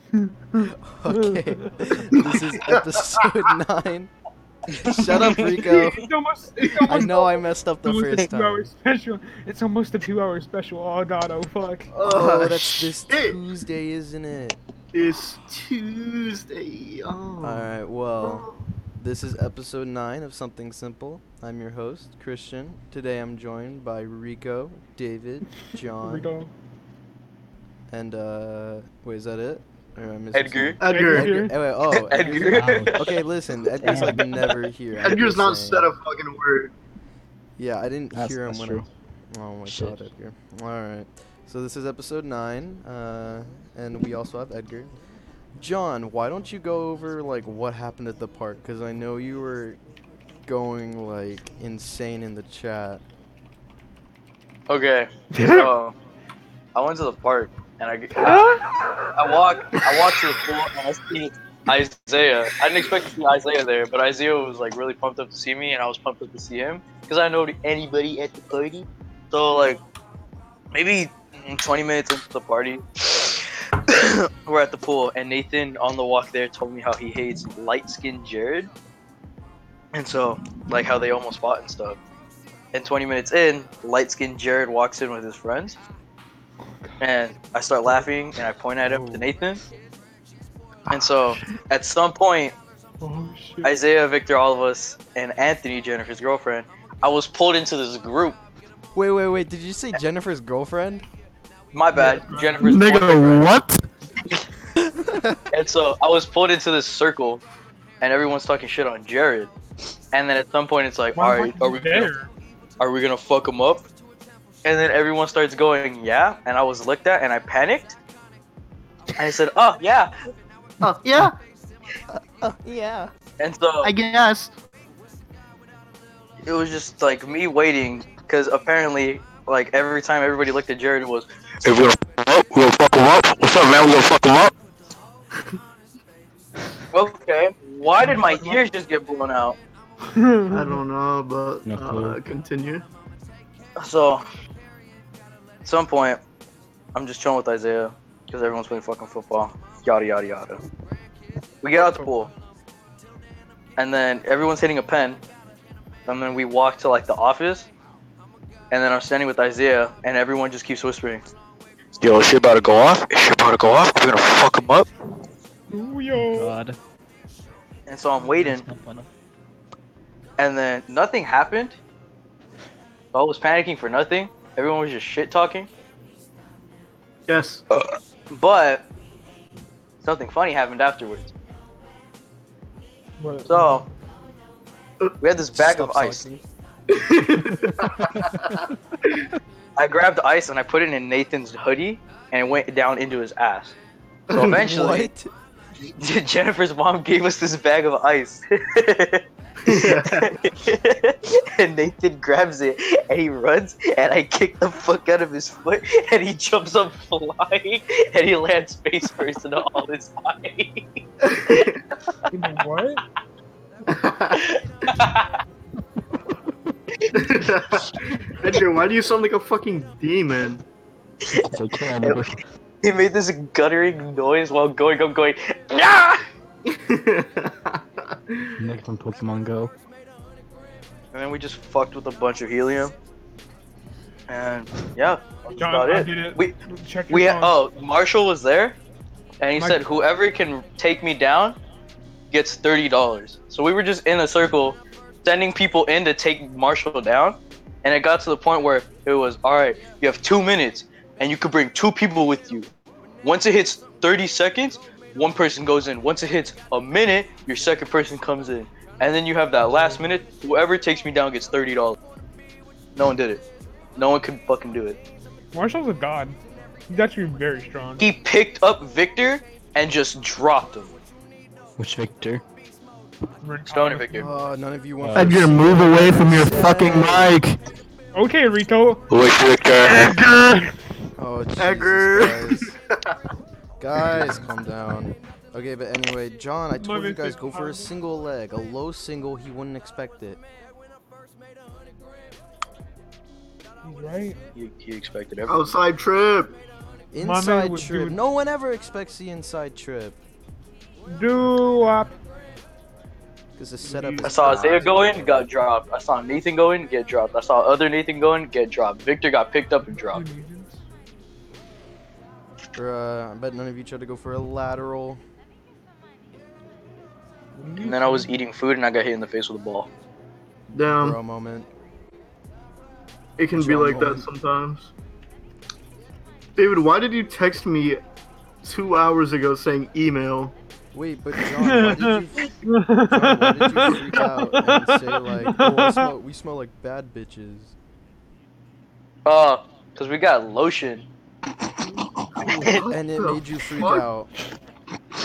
Okay. This is episode nine. Shut up, Rico. it's almost. It's I almost know I messed up the it's almost a first two-hour time. special. It's almost a two-hour special. Oh, Dono, fuck. Oh, that's this shit. Tuesday, isn't it? It's Tuesday. Oh. Alright, well, this is episode nine of Something Simple. I'm your host, Christian. Today I'm joined by Rico, David, Here we John, go. and uh wait, is that it? Or am I missing Edgar. Edgar. Edgar. something? Edgar. Oh, wait, oh Edgar's- Edgar. Okay, listen, Edgar's like never here. I'm Edgar's just not saying. said a fucking word. Yeah, I didn't That's- hear him that's when true. I. Oh my Shit. god, Edgar. Alright. So this is episode 9, uh, and we also have Edgar. John, why don't you go over, like, what happened at the park? Because I know you were going, like, insane in the chat. Okay. So I went to the park and I I walk I walked to the pool and I see Isaiah. I didn't expect to see Isaiah there, but Isaiah was like really pumped up to see me and I was pumped up to see him because I know anybody at the party. So like maybe mm, 20 minutes into the party, we're at the pool and Nathan on the walk there told me how he hates light-skinned Jared. And so like how they almost fought and stuff. And 20 minutes in, light skinned Jared walks in with his friends. And I start laughing and I point at him Ooh. to Nathan. And so at some point, Oh shit. Isaiah, Victor, all of us, and Anthony, Jennifer's girlfriend, I was pulled into this group. Wait, wait, wait. Did you say Jennifer's girlfriend? My bad, Jennifer's Nigga, boyfriend. what? And so I was pulled into this circle and everyone's talking shit on Jared. And then at some point it's like, Why alright, weren't are you we gonna there? are we gonna fuck him up? And then everyone starts going, yeah. And I was looked at and I panicked. And I said, oh, yeah. Oh, yeah, Yeah. And so I guess. it was just like me waiting because apparently, like every time everybody looked at Jared, it was, If we're gonna fuck him up, we're gonna fuck him up. What's up, man? We're gonna fuck him up. okay, why did my ears just get blown out? Mm-hmm. I don't know, but No uh, clue. continue. So at some point, I'm just chilling with Isaiah because everyone's playing fucking football. Yada, yada, yada. We get out the pool. And then everyone's hitting a pen. And then we walk to like the office. And then I'm standing with Isaiah, and everyone just keeps whispering. Yo, shit about to go off. Shit about to go off. We're gonna fuck him up. Ooh, yo. God. And so I'm waiting. and then nothing happened. I was panicking for nothing. Everyone was just shit talking. Yes. But something funny happened afterwards. What? So we had this bag of Stop ice. sucking. I grabbed the ice and I put it in Nathan's hoodie and it went down into his ass. So eventually, What? Jennifer's mom gave us this bag of ice. and Nathan grabs it and he runs and I kick the fuck out of his foot and he jumps up flying and he lands face first into all his body. What? Edgar, why do you sound like a fucking demon? he made this guttering noise while going up going "Nyah!" Nick from Pokemon Go. and then we just fucked with a bunch of helium. And yeah, that's John, about I it. did it. We Check your we phone. oh Marshall was there and he Mar- said whoever can take me down gets thirty dollars. So we were just in a circle sending people in to take Marshall down and it got to the point where it was alright, you have two minutes and you could bring two people with you. Once it hits thirty seconds, one person goes in. Once it hits a minute, your second person comes in. And then you have that last minute, whoever takes me down gets thirty dollars. No one did it. No one could fucking do it. Marshall's a god. He's actually very strong. He picked up Victor and just dropped him. Which Victor? Stoner Victor. Oh, none of you want. Uh, Edgar, move away from your fucking mic. Okay, Rico. Which Victor? Oh, Jesus Edgar. Christ. Guys, calm down. Okay, but anyway, John, I told you guys go for a single leg, a low single. He wouldn't expect it. He's right. He, he expected everything. Outside trip. man Inside would trip. do- No one ever expects the inside trip Do up. because the setup. I is saw bad. Isaiah go in, got dropped. I saw Nathan go in, get dropped. I saw other Nathan go in, get dropped. Victor got picked up and dropped. Bruh, I bet none of you tried to go for a lateral. And then I was eating food and I got hit in the face with a ball. Damn, Bro moment. it can be like that sometimes. David, why did you text me two hours ago saying email? Wait, but John, why did you John, why did you freak out and say like, oh, I smell, we smell like bad bitches? Oh, because we got lotion. What And it the made you freak fuck? out.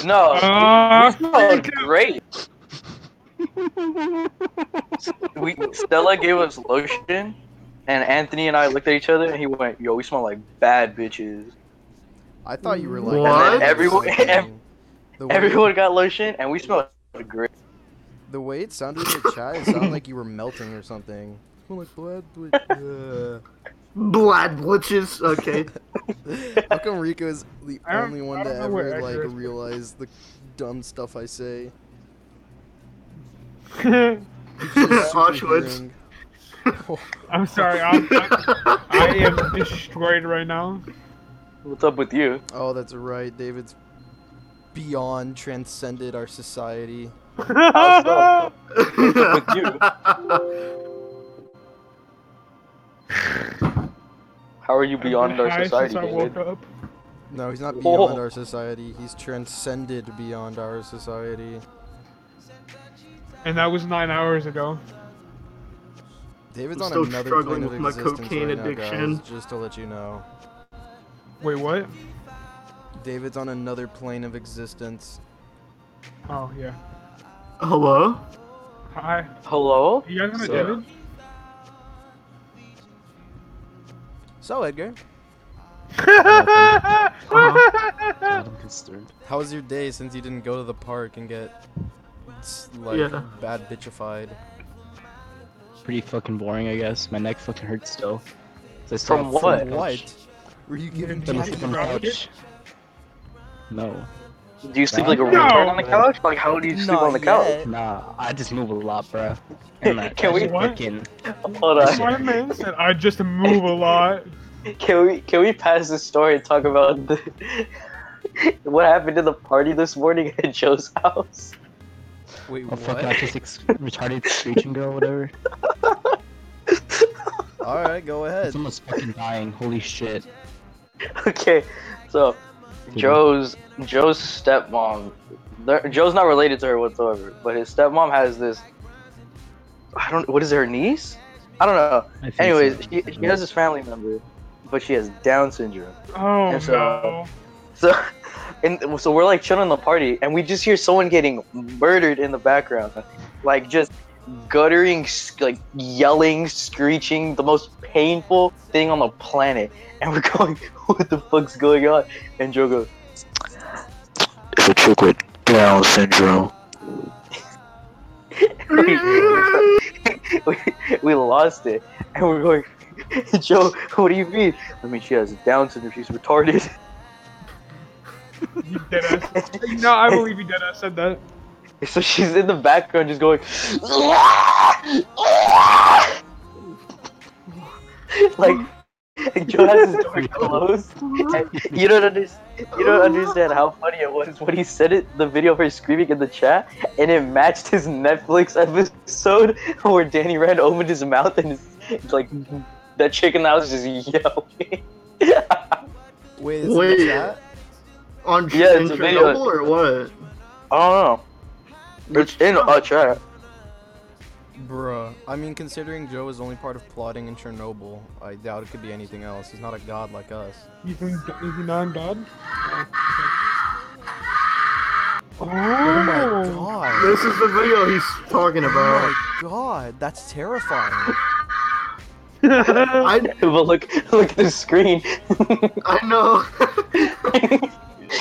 No. Ah, we smelled great. we Stella gave us lotion, and Anthony and I looked at each other, and he went, "Yo, we smell like bad bitches." I thought you were like. And then "Oh, this everyone- is amazing." the way, Everyone got lotion, and we smelled great. The way it sounded in the chat, it sounded like you were melting or something. Smell like bad bitch- Blood glitches. Okay. uh. How come Rico is the I don't- only I one to don't know where ever like Edgar is. realize the dumb stuff I say? Just super Auschwitz. hearing. I'm sorry. I'm, I, I am destroyed right now. What's up with you? Oh, that's right. David's beyond transcended our society. so? With How are you beyond our Hi, since society, I David? woke up. No, he's not beyond Oh. our society. He's transcended beyond our society. And that was nine hours ago. David's I'm on still another struggling plane of with my existence cocaine right now, addiction. guys, just to let you know, Wait, what? David's on another plane of existence. Oh, yeah. Hello? Hi. Hello? You guys gonna So- do it? So Edgar, uh-huh. Uh-huh. God, I'm concerned. how was your day since you didn't go to the park and get s- like Yeah. bad bitchified? Pretty fucking boring, I guess. My neck fucking hurts still. 'Cause I still From have what? fucking What? Were you given From the Jack fucking Rocket? couch. No, Do you sleep like a No. retard on the couch? Like, how do you sleep Not on the couch? yet. nah. I just move a lot, bro. And I, Can I we- just What? Fucking, Hold on. My man said I just move a lot. Can we can we pass this story and talk about the, what happened to the party this morning at Joe's house? Wait, oh fuck, what? not just ex- retarded screeching girl, whatever. All right, go ahead. Someone's fucking dying. Holy shit. Okay, so Joe's Joe's stepmom. they're- Joe's not related to her whatsoever, but his stepmom has this. I don't. What is it, her niece? I don't know. I think Anyways, so. she, she has this family member, but she has Down syndrome. Oh And so- no. So, and so we're like chilling the party, and we just hear someone getting murdered in the background, like just guttering, s- like yelling, screeching, the most painful thing on the planet. And we're going, "What the fuck's going on?" And Joe goes, It's a chick with Down syndrome. we, "We lost it," and we're going. Joe, what do you mean? I mean, she has Down syndrome. She's retarded. You dead ass. No, I believe you dead ass said that. So she's in the background, just going, like, and Joe has his door closed. and You don't understand. You don't understand how funny it was when he said it. The video of her screaming in the chat, and it matched his Netflix episode where Danny Rand opened his mouth and it's like that chick in the house is just yelling. Wait, is Wait. It chat? On Yeah, yeah, in it's a video. Chernobyl or what? I don't know. It's in a chat. Bruh. I mean, considering Joe is only part of plotting in Chernobyl, I doubt it could be anything else. He's not a god like us. You think is he not God? Oh my god. This is the video he's talking Oh about. my god, that's terrifying. god. I But look, look at the screen. I know.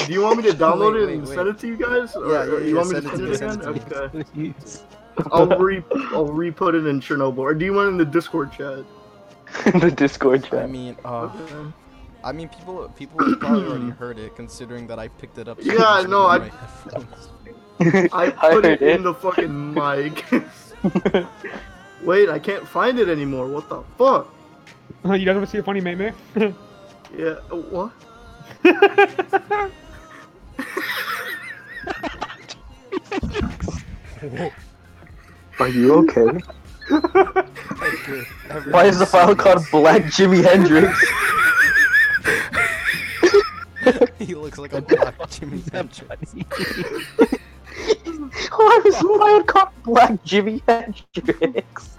Do you want me to download Wait, it wait, and wait. send it to you guys? Or Yeah, yeah, or you yeah, want me send to it send to it, me, again? send it Okay. Please. I'll re I'll re put it in Chernobyl. Or do you want it in the Discord chat? the Discord chat. I mean, uh, Okay. I mean, people people have probably already heard it, considering that I picked it up. Yeah, supposedly no, in I- my headphones. I put heard it it. in the fucking mic. Wait, I can't find it anymore. What the fuck? you guys want to see a funny meme? Yeah, uh, what? Are you okay? Edgar, Why is the file called Black Jimi Hendrix? He looks like a black Jimi Hendrix. Why is the file called Black Jimi Hendrix?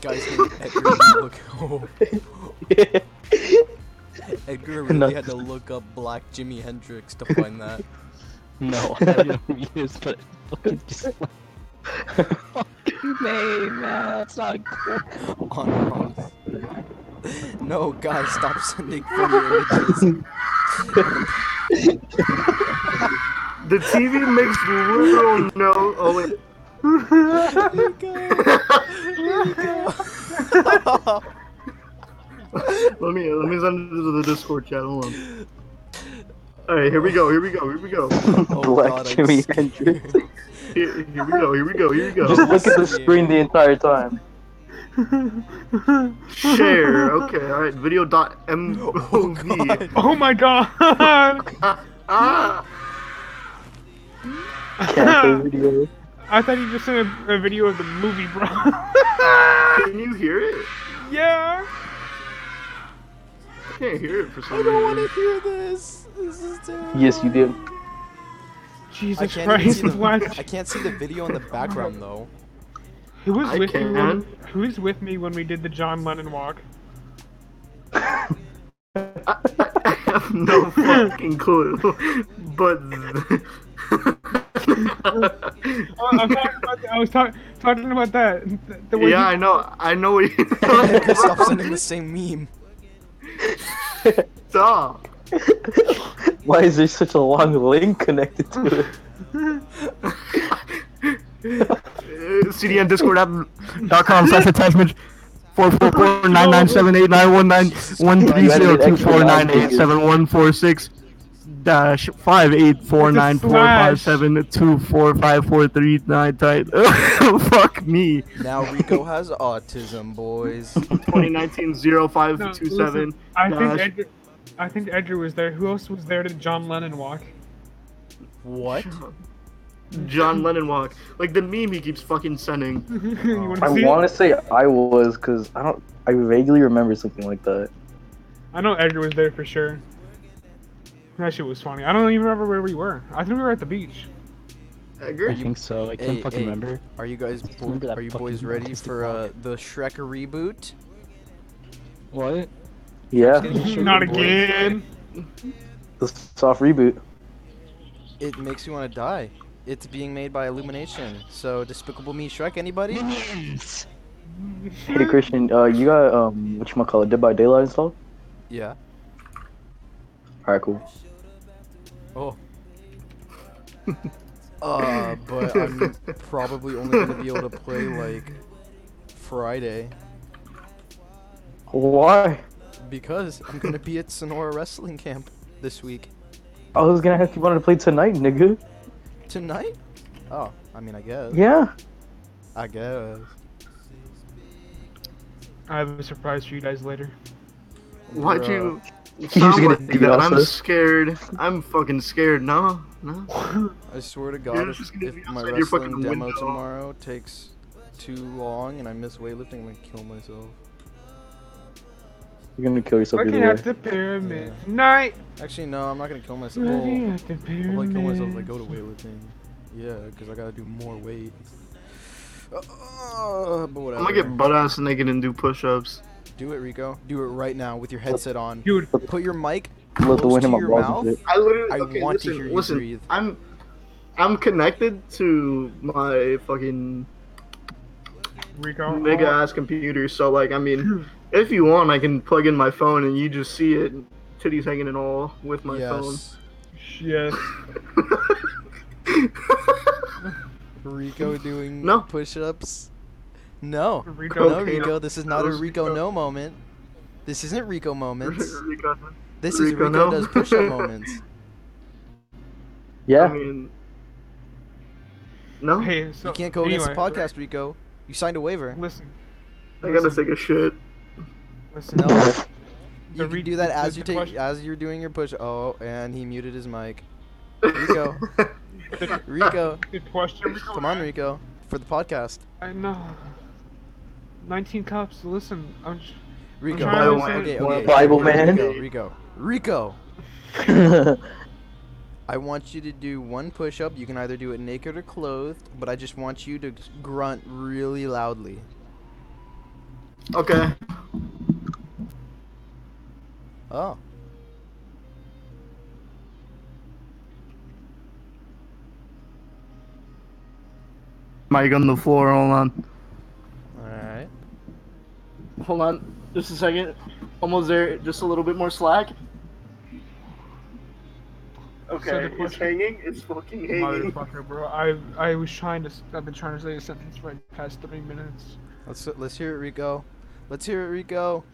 Guys named Edgar. you Look, oh, Edgar really No. had to look up Black Jimi Hendrix to find that. No, I haven't been used, but fucking just like. Fucking name, man. That's not cool. on Ross. No, guys, stop sending funny images. The TV makes literal no. Oh wait. Here we go. Here we go. Let me let me send it to the Discord chat. Hold on. All right, here we go. Here we go. Here we go. Oh, Black God, I'm Jimi scared. Hendrix. Here, here we go. Here we go. Here we Just go. look at the screen the entire time. Share. Okay. All right. Video dot M O Oh, V. God. oh my god! Ah. Cafe video. I thought you just sent a, a video of the movie, bro. Can you hear it? yeah. I can't hear it for some I don't want reason. to hear this. This is terrible. Yes, you did. I Jesus can't, even Christ, see the, Flash. I can't see the video in the background though. Who was I with me? When, can. who was with me when we did the John Lennon walk? I, I, I have no fucking clue. But. Oh, I'm talking about that- I was talk, talking about that. The, the way yeah, he- I know. I know what you're Edgar, talking stop about. sending the same meme. Stop. Why is there such a long link connected to it? CDN Discord.com slash attachment 444-997-891-91302498714 dash five eight four nine four five seven two four five four three nine type fuck me Now Rico has autism, boys. 2019 No, listen, I think Edgar, I think Edgar was there. Who else was there to John Lennon walk? What? John Lennon walk like the meme he keeps fucking sending you want I to see? it? want to say I was, cause I don't. I vaguely remember something like that. I know Edgar was there for sure. That shit was funny. I don't even remember where we were. I think we were at the beach. Edgar I think so. I can't Hey, fucking hey, remember. Are you guys bo- Remember that are you fucking boys ready autistic for uh, dog. the Shrek reboot? What? Yeah, Not again. the soft reboot. It makes you want to die. It's being made by Illumination. So Despicable Me Shrek, anybody? Hey Christian, uh, you got um, what you call it, Dead by Daylight installed? Yeah. All right, cool. Oh. uh, but I'm probably only gonna be able to play like Friday Why? because I'm gonna be at Sonora Wrestling Camp this week. I was gonna ask you wanted to play tonight, nigga. Tonight? Oh, I mean, I guess. Yeah. I guess. I have a surprise for you guys later. Why'd Bruh. you gonna sound like do that? that, I'm sir. scared. I'm fucking scared. No, no. I swear to God, it's if, just gonna if be my outside your fucking wrestling demo window. tomorrow takes too long and I miss weightlifting, I'm gonna kill myself. You're gonna kill yourself Looking either at way. the pyramid. Night. Actually, no, I'm not gonna kill myself. Looking at the I Oh. like pyramid. how myself like go to weightlifting. Yeah, because I gotta do more weight. Uh, but whatever. I'm gonna get butt ass naked and do push ups. do it, Rico. Do it right now with your headset on. Dude, Put your mic Let close the wind to in my your balls mouth. and shit. I literally. I okay, want to listen, hear you listen, breathe. I'm, I'm connected to my fucking Rico. Oh, mega ass computer, so like, I mean, if you want, I can plug in my phone and you just see it. Titties hanging and all with my yes. Yes. phone. Rico doing No. push-ups. No. Rico. No, Cocaine Rico. This is not a Rico. Rico no moment. This isn't Rico moments. Rico, This is Rico Rico no. does push up moments. I Yeah. mean, no, Hey, so You can't go anyway, against the podcast, Rico. You signed a waiver. Listen, I gotta take a shit. listen. No. The You can re- do that the- as the you take question- as you're doing your push. Oh, and he muted his mic. Rico. Rico, Good question. Rico. come on, Rico, for the podcast. I know. 19 cups. Listen, I'm. Sh- Rico. trying to okay, understand- okay, Bible Rico, man. Rico, Rico. Rico. I want you to do one push up. You can either do it naked or clothed, but I just want you to grunt really loudly. Okay. Oh. Mic on the floor. Hold on. Alright. Hold on. Just a second. Almost there. Just a little bit more slack. So the question- hanging. It's fucking Motherfucker, bro. I I was trying to. s- I've been trying to say a sentence for like the past three minutes. Let's let's hear it, Rico. Let's hear it, Rico.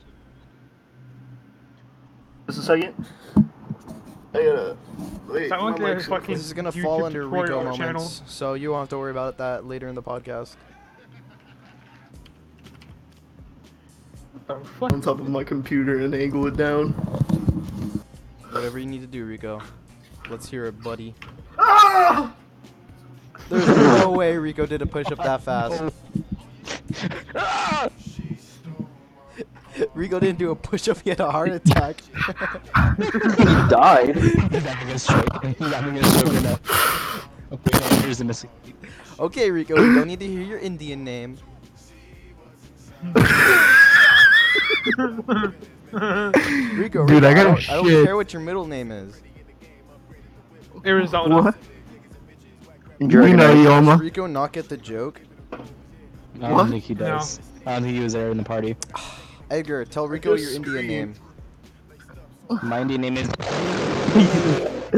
Just a second. I gotta. Wait, So I went my to mic's- fucking. This is gonna YouTube fall under Rico tutorial moments, channel. so you won't have to worry about that later in the podcast. What the fuck? on top of my computer and angle it down. Whatever you need to do, Rico. Let's hear it, buddy. Ah! There's no way Rico did a push up that fast. Ah! Rico didn't do a push up, he had a heart attack. he died. He's having a stroke. He's having a stroke right now. Okay, here's the missing. okay, Rico, we don't need to hear your Indian name. Rico, Dude, Rico, I gotta don't, I don't shit. care what your middle name is. Arizona. What? You're you know, right. Does Yoma. Rico not get the joke? I What? don't think he does. I don't think he was there in the party. Edgar, tell Rico your just Indian name. My Indian name is. okay,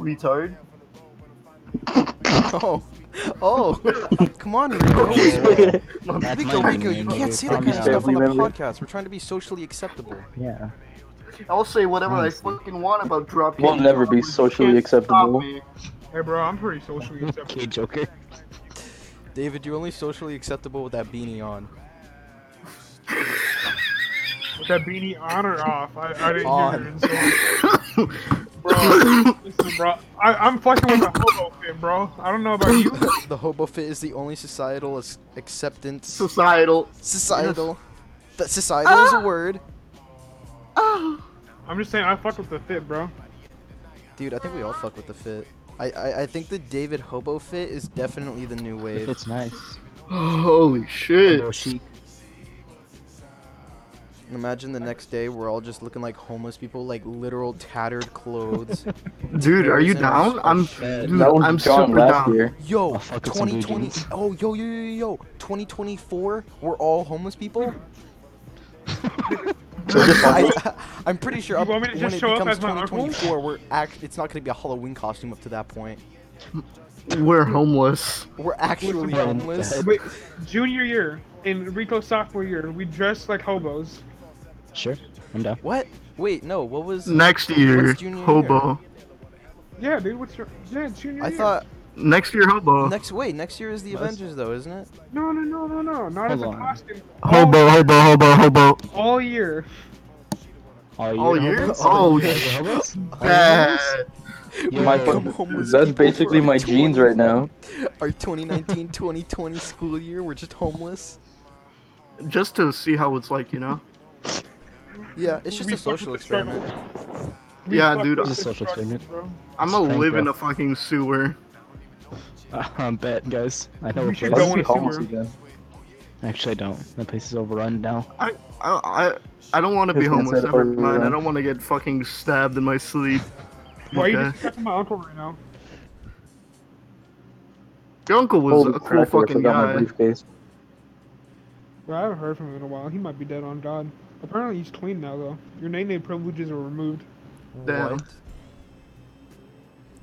retard. Oh, oh, come on, Rico. That's Rico, my Rico, Indian you name, can't dude. say that Calm kind of down. stuff on the Remember. podcast. We're trying to be socially acceptable. Yeah. I'll say whatever I Honestly. fucking want about dropping. We'll never be socially acceptable. Hey, bro, I'm pretty socially Okay, acceptable. Joker. David, you're only socially acceptable with that beanie on. With that beanie on or off? I, I didn't On. hear it. Bro, listen, bro. I, I'm fucking with a hobo fin, bro. I don't know about you. the hobo fit is the only societal as- acceptance. Societal. Societal. That societal is a Ah! word. I'm just saying, I fuck with the fit, bro. Dude, I think we all fuck with the fit. I, I, I think the David hobo fit is definitely the new It wave. fits nice. Holy shit. Little chic. Imagine the next day we're all just looking like homeless people, like literal tattered clothes. Dude, are you down? I'm, dude, That was I'm John super last down. year. Yo, I'll fuck with some blue 2020. jeans. Oh, yo, yo, yo, yo. 2024, we're all homeless people? I, I'm pretty sure You up, want me to when just it show up becomes as my uncle? 2024, we're act, it's not going to be a Halloween costume up to that point. We're homeless. We're actually Yeah. homeless. Wait, junior year and Rico's sophomore year, we dressed like hobos. Sure. I'm down. What? Wait, no. What was? Next year, What's junior hobo. Yeah, dude. What's your yeah junior I year? thought Next year, hobo. next. Wait, next year is the That's- Avengers, though, isn't it? No, no, no, no, no. Not as a Hold on. costume. Hobo, hobo, hobo, hobo. All, all year. All year. All year? homeless? Oh, All year homeless? All year Bad. homeless? We My become fucking- homeless That's people for basically our my genes right now. Our 2019-2020 school year, we're just homeless. Just to see how it's like, you know? Yeah, it's just We a social fuck with the struggle. experiment. We Yeah, fuck dude, with I- the It's a social struggle, experiment. bro. I'm gonna Thank live you. in a fucking sewer. I'm Um, bet, guys. I know We a should place. go Let's wanna be see where- homeless again. Actually, I don't. That place is overrun now. I, I, I, I don't want to be His man homeless. said, Never "Oh, mind. I yeah." don't want to get fucking stabbed in my sleep. Why are you Okay. disrespecting my uncle right now? Your uncle was Holy a cool crap, I fucking forgot my guy. briefcase. Bro, I haven't heard from him in a while. He might be dead on God. Apparently, he's clean now though. Your name name privileges are removed. Damn. What?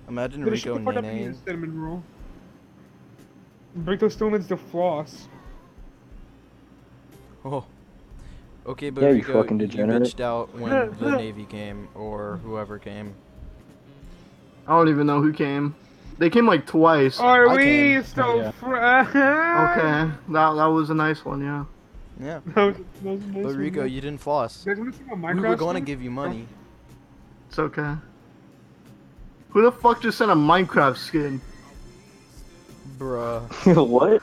Imagine But it should Rico be put up in Nene. the cinnamon roll. Brito still needs to floss. Oh. Okay, but Yeah, you Rico, fucking You degenerate. bitched out when the Navy came or whoever came. I don't even know who came. They came like twice. Are I we can. still Yeah. friends? Okay, that that was a nice one, yeah. Yeah. That was- that was nice But one, Rico, man. you didn't floss. You guys wanna see my We were Minecraft going to one? give you money. It's okay. Who the fuck just sent a Minecraft skin? Bruh. what?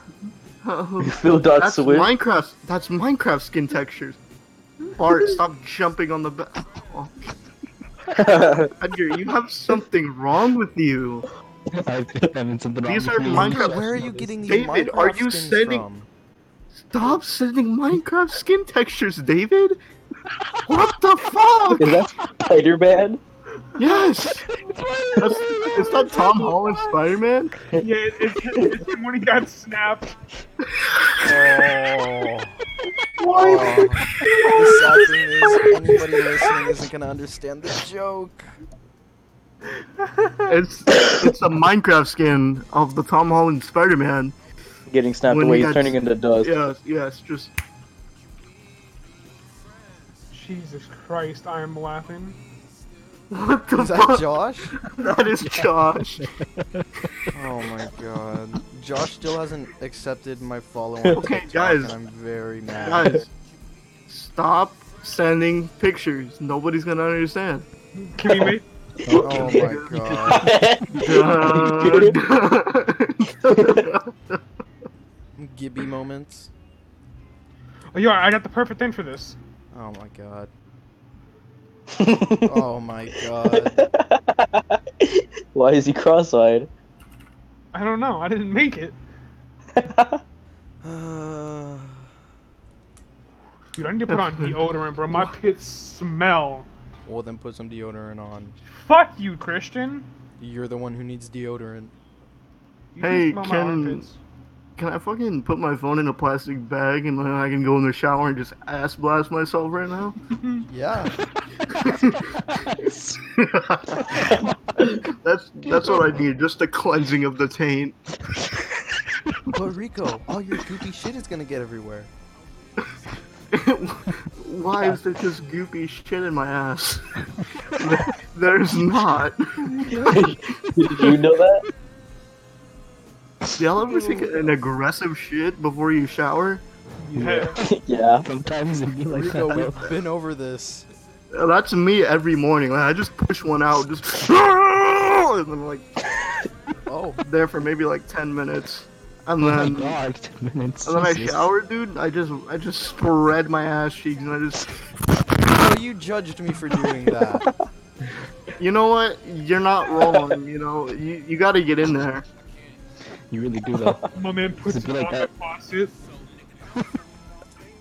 Phil dot that's Swift? Minecraft. That's Minecraft skin textures. Bart, stop jumping on the bed. Oh, Edgar, you have something wrong with you. I've done something wrong These with are me. Minecraft- Where are you getting these David, Minecraft are you skins sending- from? Stop sending Minecraft skin textures, David. What the fuck? Is that Spider Man? Yes. That's, it's not Tom Holland Spider Man. Yeah, it- it's, it's him when he got snapped. Oh. Oh. The sad thing is, anybody listening isn't gonna understand the joke. It's it's a Minecraft skin of the Tom Holland Spider Man. Getting snapped When away, he he's got- turning into dust. Yes, yes, just Jesus Christ, I am laughing. what the Is that fuck? Josh? that is Josh. Oh my god. Josh still hasn't accepted my follow on Okay, TikTok, guys. and I'm very mad. Guys, stop sending pictures. Nobody's gonna understand. Can we make? Oh my god. Gibby moments. Oh, yeah, I got the perfect thing for this. Oh my god. Oh my god. Why is he cross eyed? I don't know. I didn't make it. Uh, Dude, I need to put on deodorant, bro. My pits smell. well, then put some deodorant on. Fuck you, Christian. You're the one who needs deodorant. You Hey, smell my can- armpits. Can I fucking put my phone in a plastic bag and then I can go in the shower and just ass blast myself right now? Yeah. that's that's what I need, just the cleansing of the taint. But Rico, all your goopy shit is gonna get everywhere. Why is there just goopy shit in my ass? There's not. Did you know that? Y'all ever take an aggressive shit before you shower? Yeah. yeah. Sometimes it be like Rico, that. we've been over this. Uh, That's me every morning. Like, I just push one out, just and I'm like Oh, there for maybe like ten minutes, and Oh my then god, 10 minutes. and then I Jesus. shower, dude. I just I just spread my ass cheeks and I just Rico, you judged me for doing that. you know what? You're not wrong. You know you you got to get in there. You really do though. My man puts Does it it be like on the that? faucet.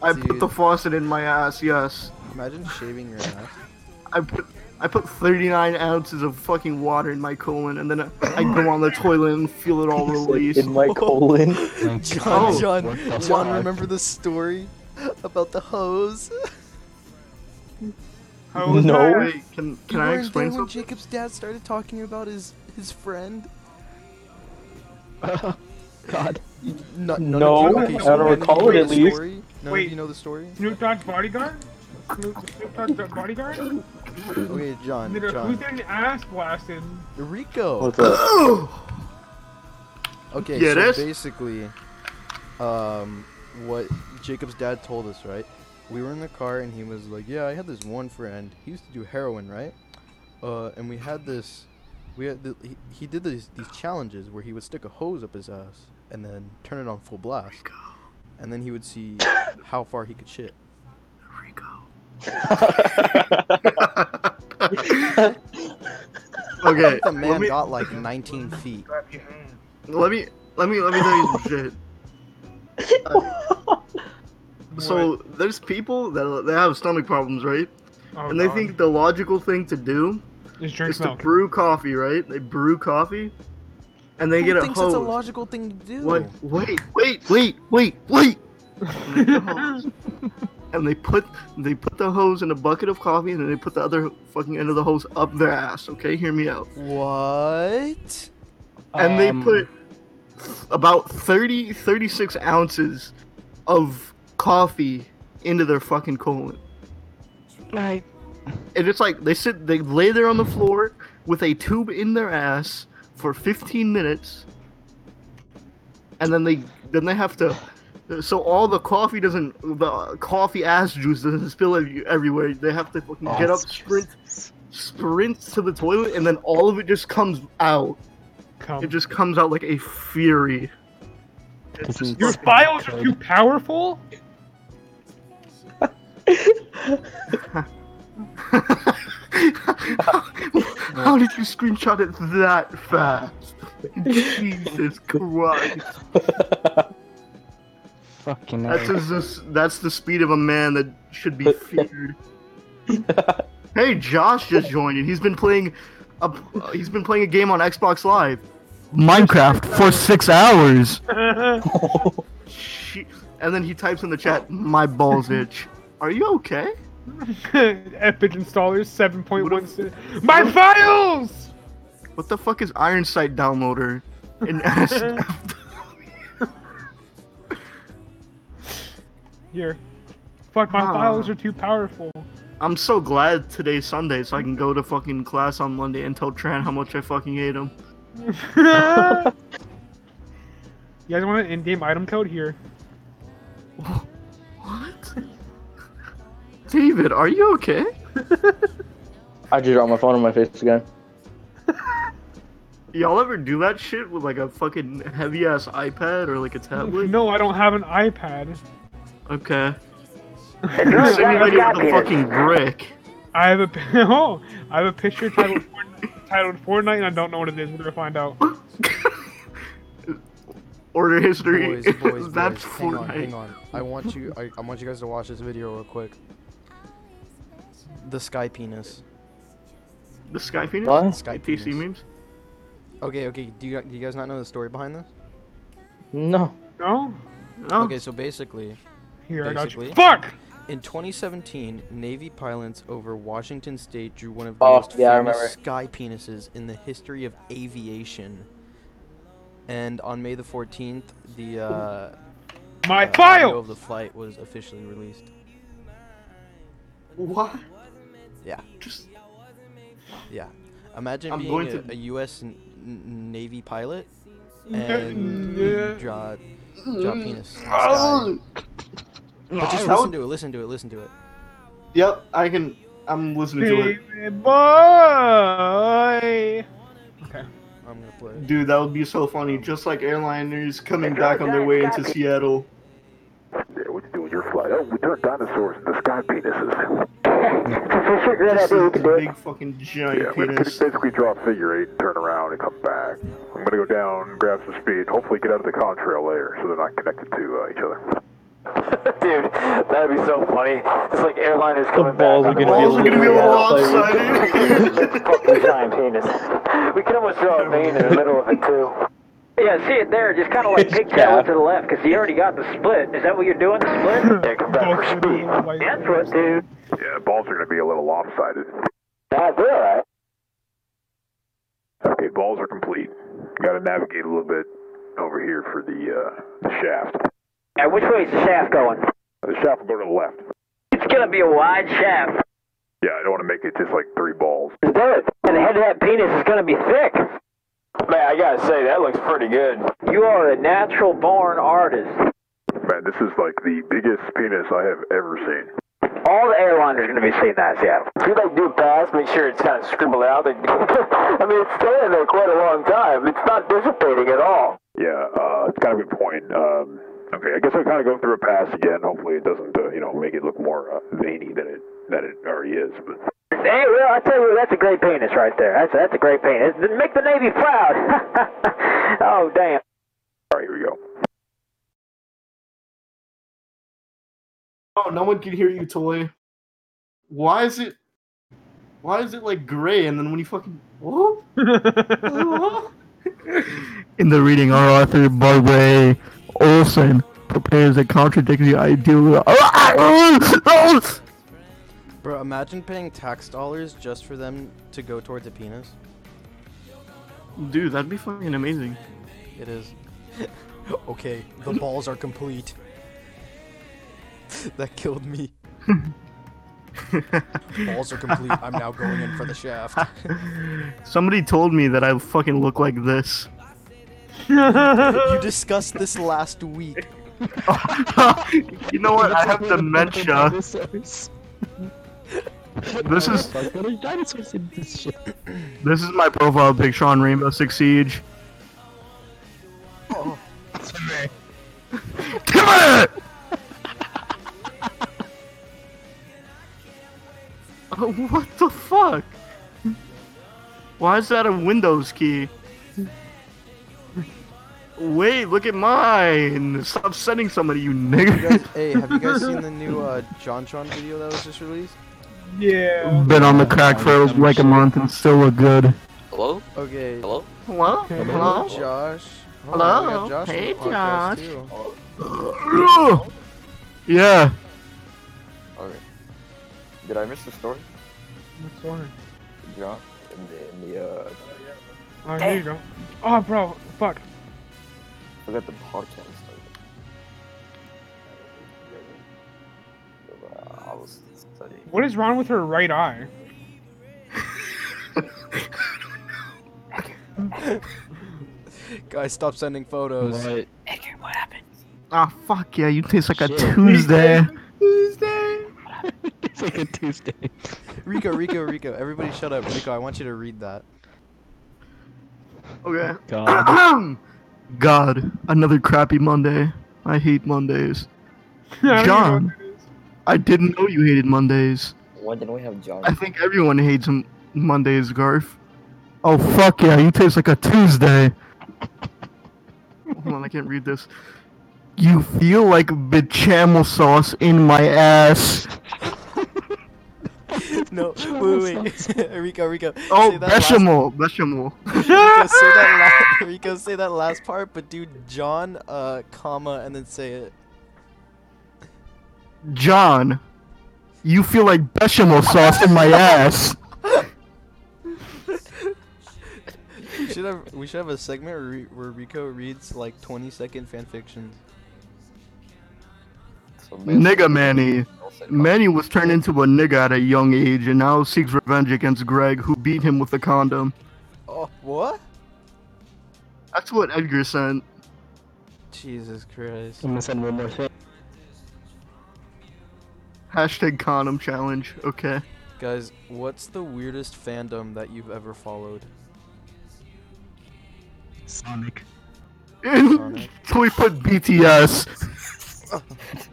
I Dude. put the faucet in my ass. Yes, Imagine shaving your ass. I put. I put 39 ounces of fucking water in my colon, and then I, I go on the toilet and feel it all release. In my colon. John, John, Oh, what John, the John, fuck? remember the story about the hose? How was No. that? Wait, can can you I weren't explain there when something? Jacob's dad started talking about his his friend. God. No, No, I don't recall it at least. Story? None Wait. of you know the story. Snoop Dogg bodyguard? Snoop Snoop Dogg bodyguard? Okay, John, Who's John, getting ass blasted? Rico. What's up? Okay, Yeah, so that's- basically, um, what Jacob's dad told us, right? We were in the car and he was like, "Yeah, I had this one friend. He used to do heroin, right? Uh, and we had this, we had the, he, he did these these challenges where he would stick a hose up his ass and then turn it on full blast, and then he would see how far he could shit. Okay, The let man me- got like 19 feet. Let me let me let me tell you some shit. Uh, so there's people that they have stomach problems, right? Oh, and they God. think the logical thing to do just drink is milk. to brew coffee, right? They brew coffee, and they Who get a thinks hose. it's a logical thing to do? Wait, wait, wait, wait, wait, wait. And they get a hose. And they put they put the hose in a bucket of coffee, and then they put the other fucking end of the hose up their ass. Okay, hear me out. What? And they Um, put about 30, 36 ounces of coffee into their fucking colon. I And it's like they sit, they lay there on the floor with a tube in their ass for 15 minutes, and then they then they have to. So all the coffee doesn't, the coffee ass juice doesn't spill every- everywhere. They have to fucking Oh, get up, sprint, sprint to the toilet, and then all of it just comes out. It Come. just comes out like a fury. It's just Isn't Your fucking files are good. too powerful. How did you screenshot it that fast? Jesus Christ! fucking. That's A. as this, that's the speed of a man that should be feared. hey, Josh just joined, and he's been playing a he's been playing a game on Xbox Live. Minecraft for six hours. She, and then he types in the Oh. chat, "My balls itch. Are you okay?" Epic installers 7.1. My files. What the fuck is Iron Sight downloader? And Here. Fuck, my Huh. files are too powerful. I'm so glad today's Sunday, so I can go to fucking class on Monday and tell Tran how much I fucking hate him. you guys want an in-game item code here? What? David, are you okay? I just dropped my phone on my face again. Y'all ever do that shit with like a fucking heavy ass iPad or like a tablet? No, I don't have an iPad. Okay. You're You're right, simulating you're with a right. fucking brick. I have a oh, I have a picture titled Fortnite, titled Fortnite, and I don't know what it is. We're gonna find out. Order history. Boys, boys, That's boys. Hang on, Fortnite. hang on. I want you. I, I want you guys to watch this video real quick. The sky penis. The Sky Phoenix? What? Sky PC penis. memes? Okay, okay. Do you do you guys not know the story behind this? No. No, Oh, Okay, so basically, here I Basically. got you. Fuck. in 2017, Navy pilots over Washington State drew one of the Oh, most yeah, I remember. famous sky penises in the history of aviation. And on May the 14th, the uh, My uh, audio file. of the flight was officially released. What? Yeah. Just Yeah. Imagine I'm being going a, to- a U.S. N- n- Navy pilot and Yeah. you draw, draw a penis. in the sky. But just listen to it. Listen to it. Listen to it. Yep, I can. I'm listening to it. Baby boy. I'm gonna play. It. Dude, that would be so funny. Just like airliners coming back on their way into Seattle. Yeah, what you do in your flight? Oh, we done dinosaurs and the sky penises. Figure it out Just what we a can do. big fucking giant yeah, we penis. basically draw a figure eight, turn around, and come back. I'm gonna go down, grab some speed, hopefully get out of the contrail layer so they're not connected to uh, each other. Dude, that'd be so funny. It's like airliners coming balls are back. gonna Balls are be a gonna be a little lopsided. Time penis. We could almost draw a vein in the middle of it too. Yeah, see it there, just kind of like pigtail it to the left, because you already got the split. Is that what you're doing, the split? Yeah, come back for speed. That's what, dude. Yeah, balls are gonna be a little lopsided. Yeah, they're alright. Okay, balls are complete. Gotta navigate a little bit over here for the, uh, the shaft. Yeah, which way is the shaft going? The shaft will go to the left. It's gonna be a wide shaft. Yeah, I don't want to make it just like three balls. There, and the head of that penis is gonna be thick. Man, I gotta say, that looks pretty good. You are a natural born artist. Man, this is like the biggest penis I have ever seen. All the airliners are gonna be seeing that, in Seattle. If you like do a pass, make sure it's kind of scribbled out. I mean, it's staying there quite a long time. It's not dissipating at all. Yeah, uh, it's kind of a good point. Um, okay, I guess I'll kind of go through a pass again. Hopefully, it doesn't, uh, you know, make it look more uh, veiny than it than it already is. But Hey, well, I tell you, what, that's a great penis right there. That's that's a great penis. Make the Navy proud. oh, all damn. right, here we go. Oh, no one can hear you, Toy. Why is it? Why is it like gray? And then when you fucking what? In the reading, R. Arthur Barway Olson prepares a contradictory ideal. Bro, imagine paying tax dollars just for them to go towards a penis. Dude, that'd be fucking amazing. It is. Okay, the balls are complete. That killed me. balls are complete. I'm now going in for the shaft. Somebody told me that I fucking look like this. you discussed this last week. you know what? I have dementia. Dinosaurs. This is Fuck, what are dinosaurs in this shit? this is my profile picture on Rainbow Six Siege. Come here! Oh, what the fuck? Why is that a Windows key? Wait, look at mine! Stop sending somebody, you You guys, nigga. hey, have you guys seen the new uh, JonTron video that was just released? Yeah. Been on the crack for like a month and still look good. Hello? Okay. Hello? Hello? Hello, Hello? Josh. Oh, we got Hello? Josh on Hey, the podcast, Josh. too. yeah. Alright. Did I miss the story? What's one? John? In the, in the uh, Oh, here you go. Oh, bro, fuck. I forgot the podcast. I was studying. What is wrong with her right eye? Guys, stop sending photos. Right. Ah, fuck yeah, you taste like a Shit. Tuesday. It's like a Tuesday. Rico, Rico, Rico. Everybody shut up. Rico, I want you to read that. Okay. God. Uh, God, another crappy Monday. I hate Mondays. I don't John, I didn't know you hated Mondays. Why didn't we have John? I think everyone hates m- Mondays, Garf. Oh fuck yeah, you taste like a Tuesday. Hold on, I can't read this. You feel like bechamel sauce in my ass. no, wait, wait. Rico, Rico. Oh, say that last- bechamel, bechamel. Rico, say that la- Rico, say that last part, but do John, uh, comma, and then say it. John, you feel like bechamel sauce in my ass. We should have we should have a segment where, Ri- where Rico reads like 20 second fan fictions. So Nigga Manny. Manny was turned into a nigga at a young age and now seeks revenge against Greg, who beat him with a condom. Oh, what? That's what Edgar sent. Jesus Christ. I'm gonna send one more thing. Hashtag condom challenge. Okay. Guys, what's the weirdest fandom that you've ever followed? Sonic so we put BTS.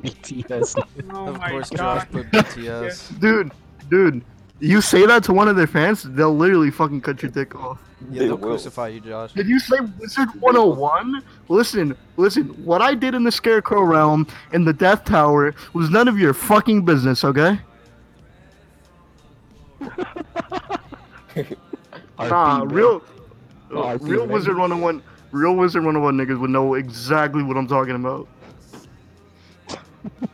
E BTS. Oh of my course, Josh god. put BTS. Dude, dude. You say that to one of their fans, they'll literally fucking cut your dick off. yeah, They they'll will. crucify you, Josh. Did you say Wizard 101? Listen, listen, what I did in the Scarecrow Realm and the Death Tower was none of your fucking business, okay? Nah, RP, real, uh, No, I see real what I Wizard 101, real Wizard 101 niggas would know exactly what I'm talking about.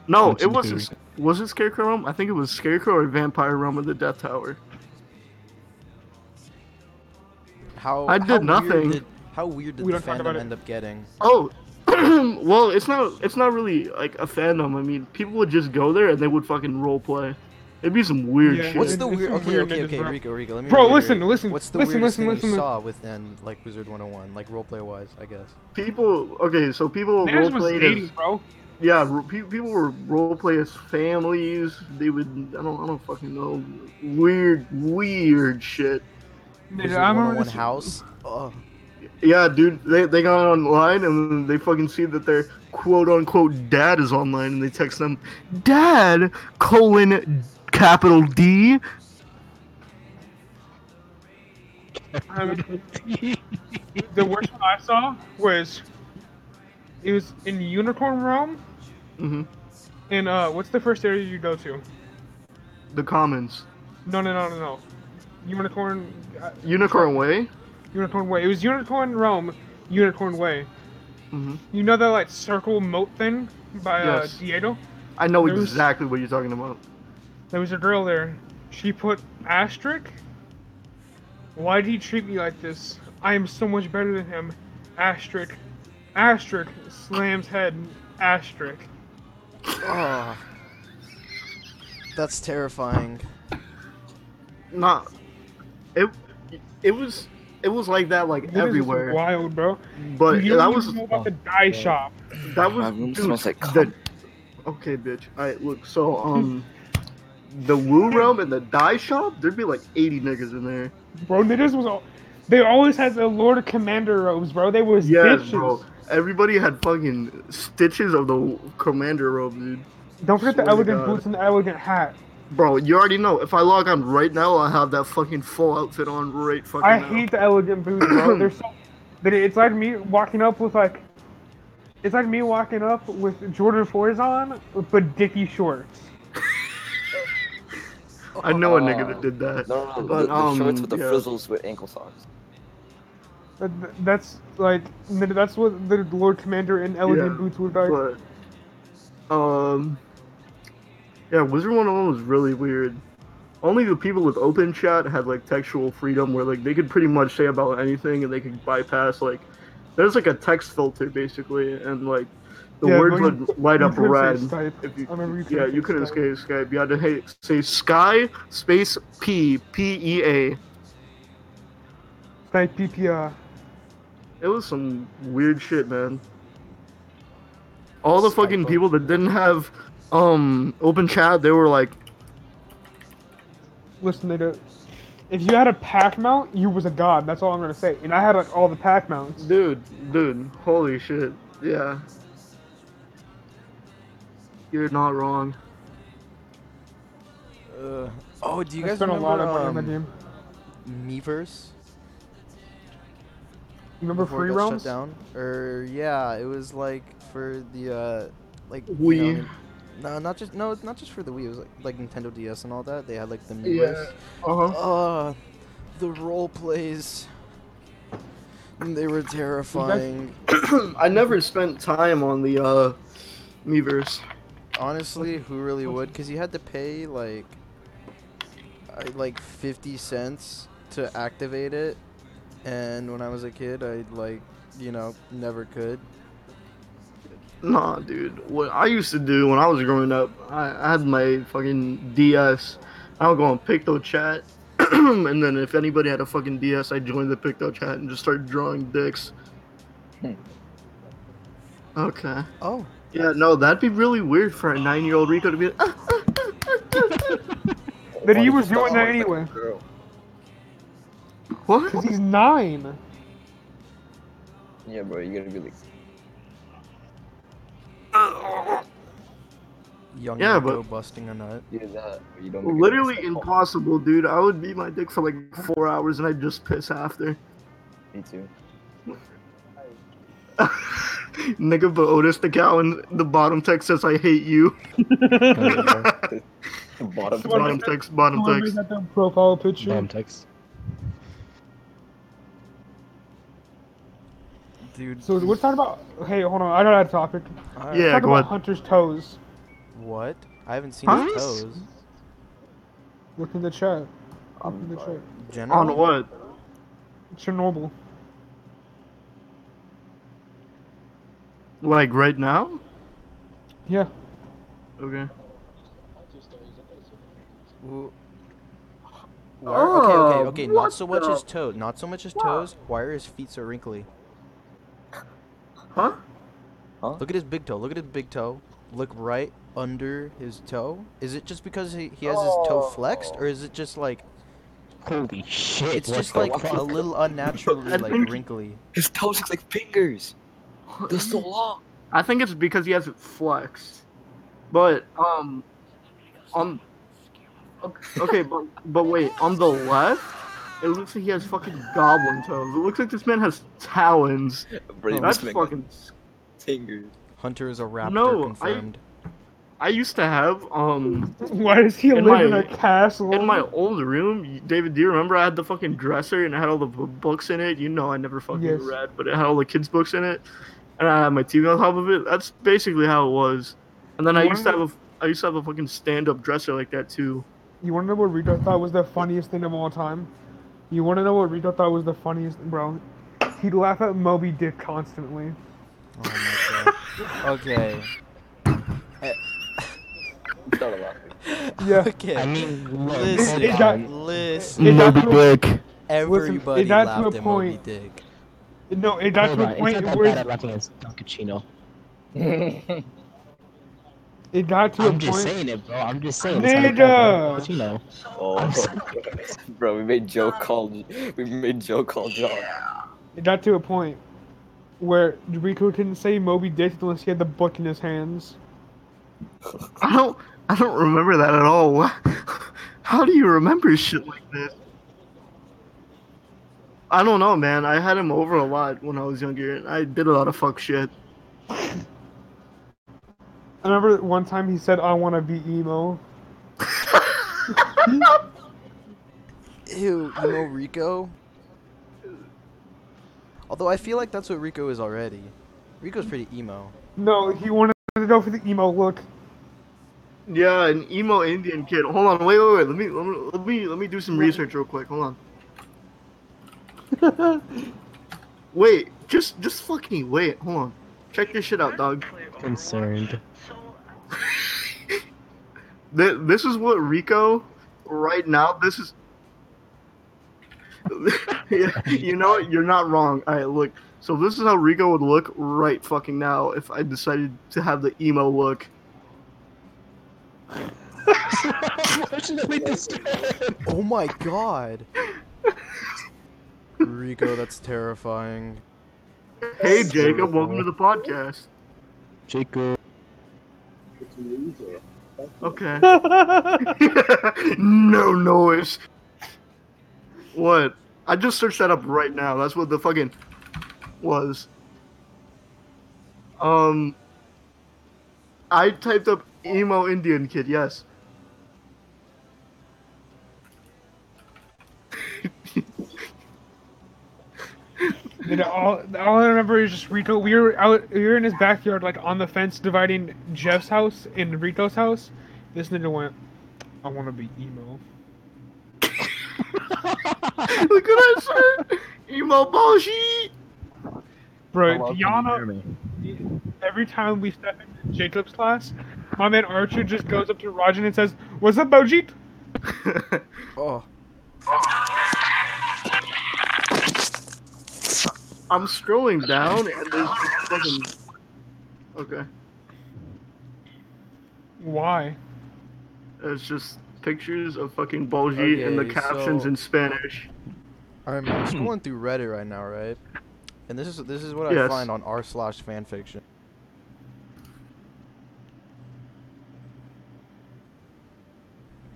No, What it you wasn't. Was it Scarecrow Realm? I think it was Scarecrow or Vampire Realm of the Death Tower. How I did how nothing. Weird did, how weird did We the don't talk about fandom it. end up getting? Oh, well, it's not. It's not really like a fandom. I mean, people would just go there and they would fucking role play. It'd be some weird Yeah. shit. What's It's- the it's weird? some Okay, weird okay, niggas, okay, bro. Rico, Rico. Let me. Bro, let me listen, hear it. listen, What's the listen, weirdest listen, thing listen, you listen. saw within like Wizard 101, like roleplay wise, I guess? People. Okay, so people role Theirs was played 80, as bro. yeah. ro- pe- People were role play as families. They would. I don't. I don't fucking know. Weird, weird shit. Dude, Wizard I remember 101 this- house. Oh, Yeah, dude. They they got online and then they fucking see that their quote unquote dad is online and they text them, Dad colon capital D. I mean, the worst one I saw was it was in Unicorn Realm. Mm-hmm. hmm And uh, what's the first area you go to? The comments. No, no, no, no, no. Unicorn, uh, Unicorn Way. Unicorn Way. It was Unicorn Realm, Unicorn Way. Mm-hmm. You know that like circle moat thing by uh, Yes. Diego? I know There was- exactly what you're talking about. There was a girl there. She put asterisk. Why did he treat me like this? I am so much better than him. Asterisk. Asterisk slams head. Asterisk. Oh. That's terrifying. Not. It. It was. It was like that, like This is everywhere. wild, bro. But you that don't was even know about the die shop. That was My room dude, smells like the, Okay, bitch. Alright, look, so um the Woo Realm and the Die Shop, there'd be like eighty niggas in there. Bro, niggas was all they always had the Lord Commander robes, bro. They was Yes, bitches. bro. Everybody had fucking stitches of the commander robe, dude. Don't forget the Swear to elegant God. boots and the elegant hat. Bro, you already know. If I log on right now, I'll have that fucking full outfit on right fucking I now. hate the elegant boots, bro. They're so. But it's like me walking up with like. It's like me walking up with Jordan 4s on, but Dickie shorts. I know a nigga Uh, that did that. No, no, no, the, But, the shorts um, with the yeah. frizzles with ankle socks. That- That's like. That's what the Lord Commander and elegant Yeah, boots were like. Um, yeah, Wizard 101 was really weird. Only the people with open chat had like textual freedom where like they could pretty much say about anything and they could bypass like there's like a text filter basically and like the Yeah, but words you- would light you up couldn't say red. Skype. If you, I remember you yeah, couldn't you say Skype. couldn't escape Skype. You had to hey, say sky space p p e a. Skype PPR. It was some weird shit, man. All the fucking people that didn't have um open chat, they were like, Listen, nigga. If you had a pack mount, you was a god. That's all I'm gonna say. And I had like all the pack mounts. dude, dude, holy shit, yeah. You're not wrong. Uh, oh, do you I guys spent a remember lot of money on um, that game. Miiverse? Remember before free it got roams? Shut down? Or yeah, it was like for the uh, like you know, Wii. n- no, not just no, it's not just for the Wii. It was like, like Nintendo DS and all that. They had like the Yeah, Miiverse. uh-huh. Uh, the role plays. They were terrifying. I never spent time on the uh Miiverse. Honestly, who really would? Because you had to pay like, I- like fifty cents to activate it, and when I was a kid, I like, you know, never could. Nah, dude. What I used to do when I was growing up, I, I had my fucking DS. I would go on Picto Chat, and then if anybody had a fucking DS, I joined the Picto Chat and just started drawing dicks. Hmm. Okay. Oh. Yeah, no, that'd be really weird for a nine-year-old Rico to be. Like, But Why he did was you doing stop? that anyway. What? Cause he's nine. Yeah, bro, you gotta be like. Young Yeah, Nico but- busting a nut. Yeah, that. but You don't make it Literally nice. impossible, dude. I would beat my dick for like four hours, and I'd just piss after. Me too. Nigga, but Otis the cow in the bottom text says, "I hate you." bottom bottom text, bottom Whoever text. got their profile picture. Bomb text. Dude. So we're talking about. Hey, hold on. I got a topic. I- Let's talk about Hunter's toes. What? I haven't seen Huh? his toes. Look in the chat. Up in the chat. General? what? Chernobyl. Like right now? Yeah. Okay. Wh- Why are- okay, Oh, okay, okay. what Not so much his the- toe. Not so much his Wow. toes. Why are his feet so wrinkly? Huh? Huh? Look at his big toe. Look at his big toe. Look right under his toe. Is it just because he, he has his toe flexed, or is it just like Holy shit! it's what just the like a fuck? little unnaturally like wrinkly? His toes look like fingers. They're so long. I think it's because he has it flexed. But um, on okay, okay, but but wait, on the left, it looks like he has fucking goblin toes. It looks like this man has talons. Bro, That's this man got fucking. s- fingers. Hunter is a raptor No, I- confirmed. I used to have um. Why does he In live in my- a castle? In my old room, y- David, do you remember I had the fucking dresser and it had all the b- books in it? You know, I never fucking Yes. read, but it had all the kids' books in it, and I had my TV on top of it. That's basically how it was. And then I One used to of have a, f- I used to have a fucking stand-up dresser like that too. You wanna know what Rito thought was the funniest thing of all time? You wanna know what Rito thought was the funniest, bro? He'd laugh at Moby Dick constantly. Okay. Eh, Yeah. Okay. I mean, look, listen, hold on. listen. It got Moby to a- Dick. Everybody it got to laughed a at Moby point- Dick. No, it got Hold to on, a it's point not that bad where at rapping as Cappuccino. it got to a I'm point. just saying it, bro. I'm just saying. Nigga! It's not that bad at Cappuccino. Oh, bro, we made Joe Uh, call. We made Joe call John. It got to a point where Rico couldn't say Moby Dick unless he had the book in his hands. I don't. I don't remember that at all. Wha- How do you remember shit like this? I don't know, man. I had him over a lot when I was younger, and I did a lot of fuck shit. I remember one time he said, "I want to be emo." Ew, you know Rico? Although I feel like that's what Rico is already. Rico's pretty emo. No, he wanted to go for the emo look. Yeah, an emo Indian kid. Hold on, wait, wait, wait. Let me, let me, let me, let me do some research real quick. Hold on. wait, just, just fucking wait. Hold on. Check this shit out, dog. Concerned. Th- This is what Rico, right now. This is. Yeah, you know what? You're not wrong. All right, look. So this is how Rico would look right fucking now if I decided to have the emo look. Emotionally distressed. Oh my god. Rico, that's terrifying. Hey Jacob, welcome to the podcast. Jacob. Okay. no noise. What? I just searched that up right now. That's what the fucking was. Um, I typed up emo Indian kid. Yes. And all, all I remember is just Rico. We were out, we were in his backyard, like on the fence dividing Jeff's house and Rico's house. This nigga went, "I want to be emo." Look at that shit. Emo bullshit. Bro, Diana. Every time we step into Jacob's class, my man Archer just goes up to Rajan and says, "What's up, Bojit?" Oh. I'm scrolling down and there's just fucking. Okay. Why? It's just pictures of fucking Bulgy and the Okay, captions so- in Spanish. I'm scrolling through Reddit right now, right? And this is this is what I Yes. find on r slash fanfiction.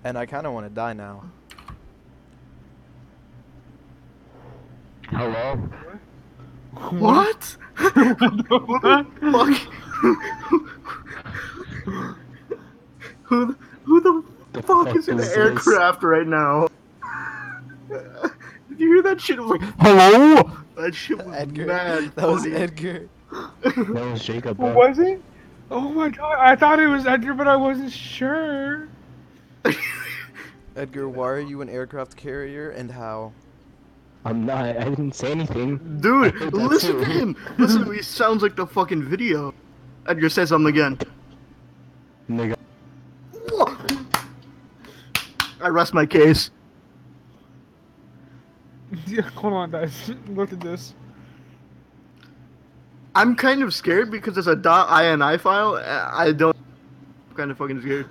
And I kind of want to die now. Hello. What? what the Hmm. fuck? who, the- who the, fuck, fuck is in is an this? aircraft right now? Did you hear that shit? It was like, Hello. that shit was Edgar. mad. That was funny. Edgar. That was Jacob. Who Bro. was it? Oh my god! I thought it was Edgar, but I wasn't sure. Edgar, why are you an aircraft carrier and how? I'm not. I didn't say anything. Dude, That's listen to it. him. Listen, to him. he sounds like the fucking video. Edgar, say something again. Nigga. I rest my case. Yeah, Hold on, guys. Look at this. I'm kind of scared because it's a .ini file. I I don't. I'm kind of fucking scared.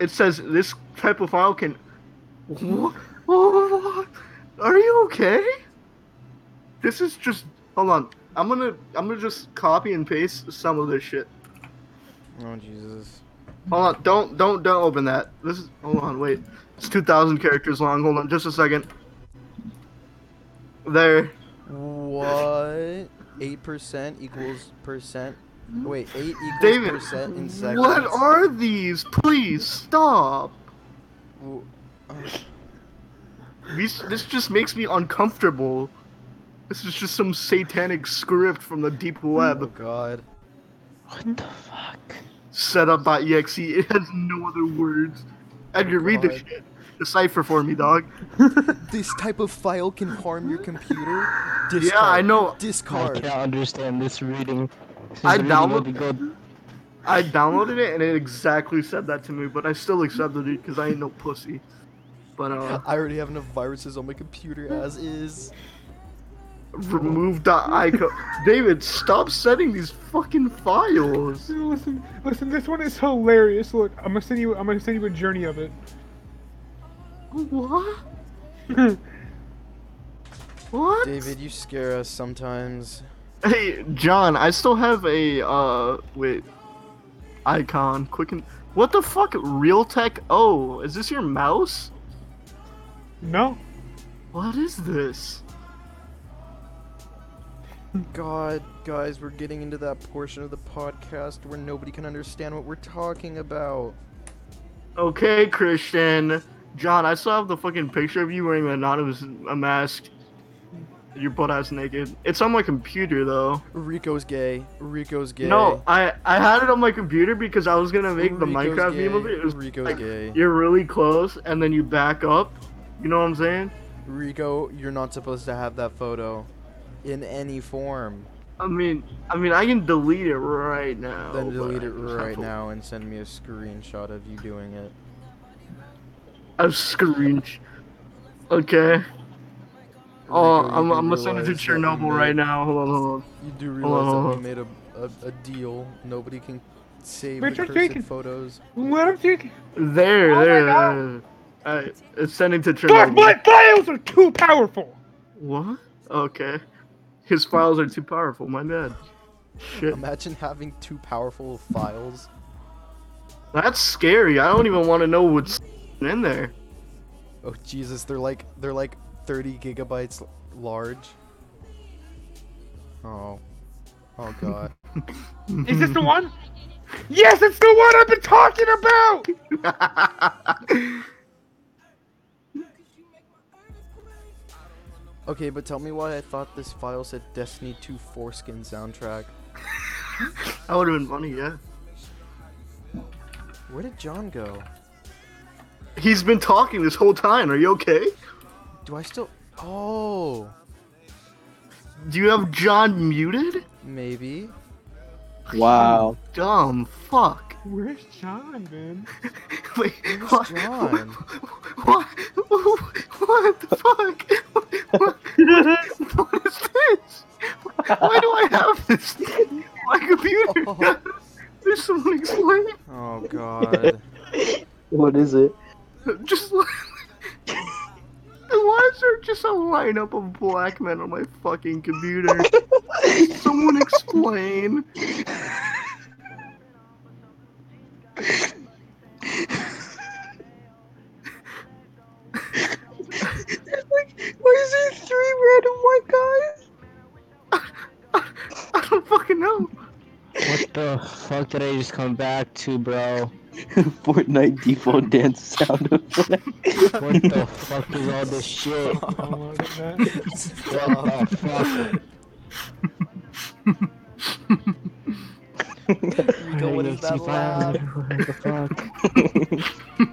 it says this type of file can. Wha- wha- Are you okay? This is just. Hold on. I'm gonna. I'm gonna just copy and paste some of this shit. Oh Jesus. Hold on. Don't. Don't. Don't open that. This is. Hold on. Wait. It's 2,000 characters long. Hold on. Just a second. There. What? Eight percent equals percent. Wait, eight equals David, percent in seconds. What are these? Please stop. W- This this just makes me uncomfortable. This is just some satanic script from the deep Oh web God. What the fuck? E set up by EXE. It has no other words. Edgar, read this God. shit. decipher for me, dog. This type of file can harm your computer. Discard. Yeah, I know. Discard. I cannot understand this reading. This I reading will download- be good. I downloaded it and it exactly said that to me, but I still accepted it because I ain't no pussy. But uh, I already have enough viruses on my computer as is. remove the icon. David, stop sending these fucking files. Listen, listen. This one is hilarious. Look, I'm gonna send you. I'm gonna send you a journey of it. What? What? David, you scare us sometimes. Hey, John, I still have a uh wait. Icon, quicken. What the fuck? Realtek? Oh, is this your mouse? No. What is this? God, guys, we're getting into that portion of the podcast where nobody can understand what we're talking about. Okay, Christian. John, I still have the fucking picture of you wearing an anonymous a mask. Your butt ass naked. It's on my computer though. Rico's gay. Rico's gay. No, I I had it on my computer because I was gonna make the Rico's Minecraft meme of gay. it. It was Rico's like, gay. You're really close, and then you back up. You know what I'm saying? Rico, you're not supposed to have that photo in any form. I mean, I mean, I can delete it right now. then Oh, but delete it I just have right to- now and send me a screenshot of you doing it. A screensh. Okay. Oh, Rico, you I'm, do I'm gonna send it to realize that we Chernobyl made- right now. Hold on, hold on. You do Hold on, realize hold that on. we made a, a, a deal. Nobody can save Richard the Jenkins. cursed photos. What I'm thinking. There, Oh my there, God. there. Alright, it's sending to Dark Chernobyl. Black files are too powerful. What? Okay. His files are too powerful. My bad. Shit. Imagine having two powerful files. That's scary. I don't even want to know what's in there. Oh Jesus, they're like they're like 30 gigabytes large. Oh, oh God. Is this the one? Yes, it's the one I've been talking about. okay, but tell me why I thought this file said Destiny 2 foreskin soundtrack. That would have been funny, yeah. Where did John go? He's been talking this whole time. Are you okay? Do I still? Oh, Do you have John muted? maybe. Wow. Dumb fuck. Where's John, man? Wait, Where's what? John? What? What the fuck? What, what is this? Why do I have this on my computer? There's someone explain. it. Oh God. What is it? Just li- why is there just a lineup of black men on my fucking computer? someone explain. Why is there three random white guys? I don't fucking know. What the fuck did I just come back to, bro? Fortnite default dance sound effect. What the fuck is all this shit? What the fuck? Rico, what is that loud? What the fuck?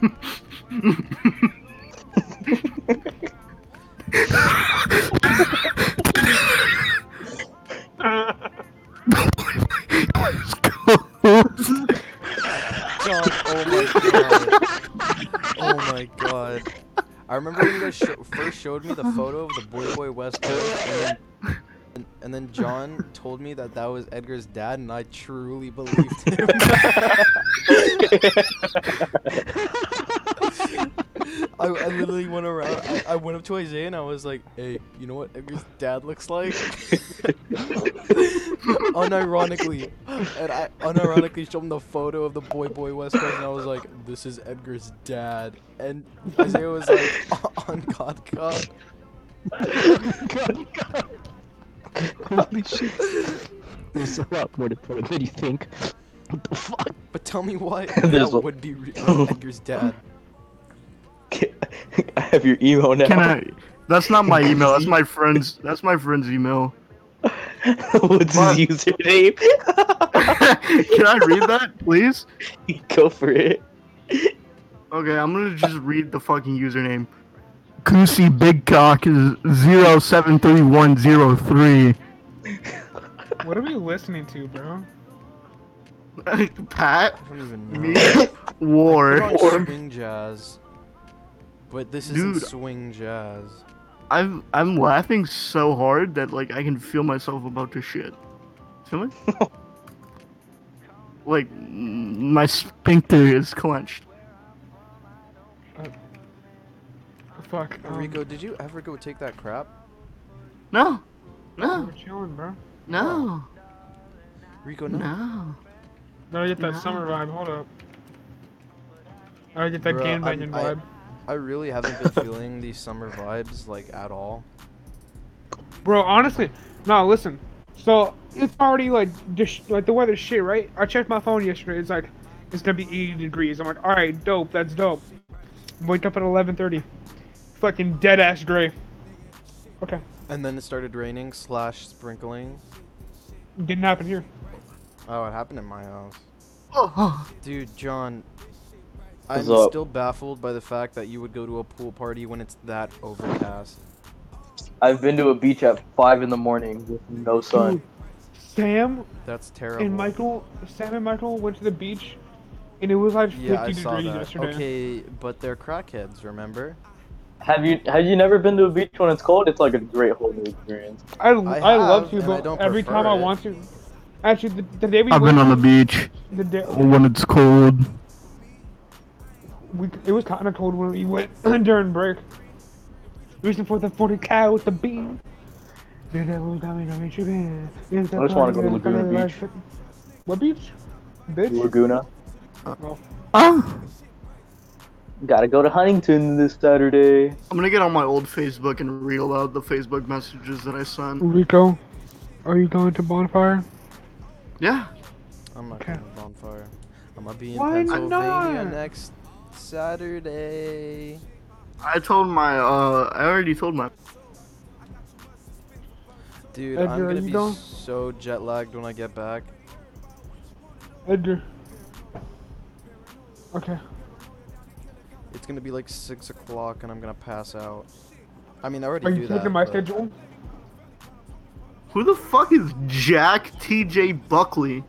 John, oh my god. Oh my god. I remember when you guys sho- first showed me the photo of the Boy Boy West Coast, and then, and, and then John told me that that was Edgar's dad, and I truly believed him. I, I literally went around. I, I went up to Isaiah and I was like, "Hey, you know what Edgar's dad looks like?" unironically, and I unironically showed him the photo of the boy boy West Coast, and I was like, "This is Edgar's dad." And Isaiah was like, "Oh, "On God, God." Holy shit. There's a lot more to put than you think. What the fuck? But tell me why There's that a- would be re- uh, Edgar's dad. I have your email now. Can I? That's not my email. That's my friend's. That's my friend's email. What's his username? Can I read that, please? Go for it. Okay, I'm gonna just read the fucking username. Kusi Big Cock is zero seven three one zero three. What are we listening to, bro? Pat, I don't even know. me, War. I put on swing jazz. But this isn't Dude. swing jazz. I'm I'm laughing so hard that like I can feel myself about to shit. Feel me? like m- my sphincter is clenched. Fuck. Um, Rico, did you ever go take that crap? No, no. no, We're chilling, bro. no, Rico, no. no. Gotta get that No. summer vibe. Hold up. Gotta get that Bruh, game I'm- banging I- vibe. I really haven't been feeling these summer vibes like at all. Bro, honestly, no, listen. So it's already like dish, like the weather's shit, right? I checked my phone yesterday. It's like it's gonna be 80 degrees. I'm like, all right, dope. That's dope. Wake up at 11:30. Fucking dead ass gray. Okay, And then it started raining slash sprinkling. didn't happen here. Oh, it happened in my house. Oh, Dude, John, What's I'm up? still baffled by the fact that you would go to a pool party when it's that overcast. I've been to a beach at five in the morning with no sun. Sam That's terrible. and Michael, Sam and Michael went to the beach, and it was like 50 yeah, I degrees saw that. yesterday. Okay, but they're crackheads, remember? Have you have you never been to a beach when it's cold? It's like a great whole new experience. I, I, love have, to, and I but don't every prefer time I it. want to. Actually, the, the day we I've been went- on the beach the day, when it's cold. we, it was kind of cold when we went during break. Reason for the 40 cow with the bean. I I just just wanna go to Laguna Beach. What beach? Bitch? Laguna. Oh. Ah, Gotta go to Huntington this Saturday. I'm gonna get on my old Facebook and reel out the Facebook messages that I sent. Rico, are you going to Bonfire? Yeah, I'm not Okay. going to bonfire. I'm gonna be in Why Pennsylvania not? next Saturday. I told my uh, I already told my. Dude, Edgar, I'm are gonna you be going? so jet lagged when I get back. Edgar. Okay. It's gonna be like six o'clock and I'm gonna pass out. I mean, I already Are do you that. taking my but- schedule? Who the fuck is Jack T.J. Buckley?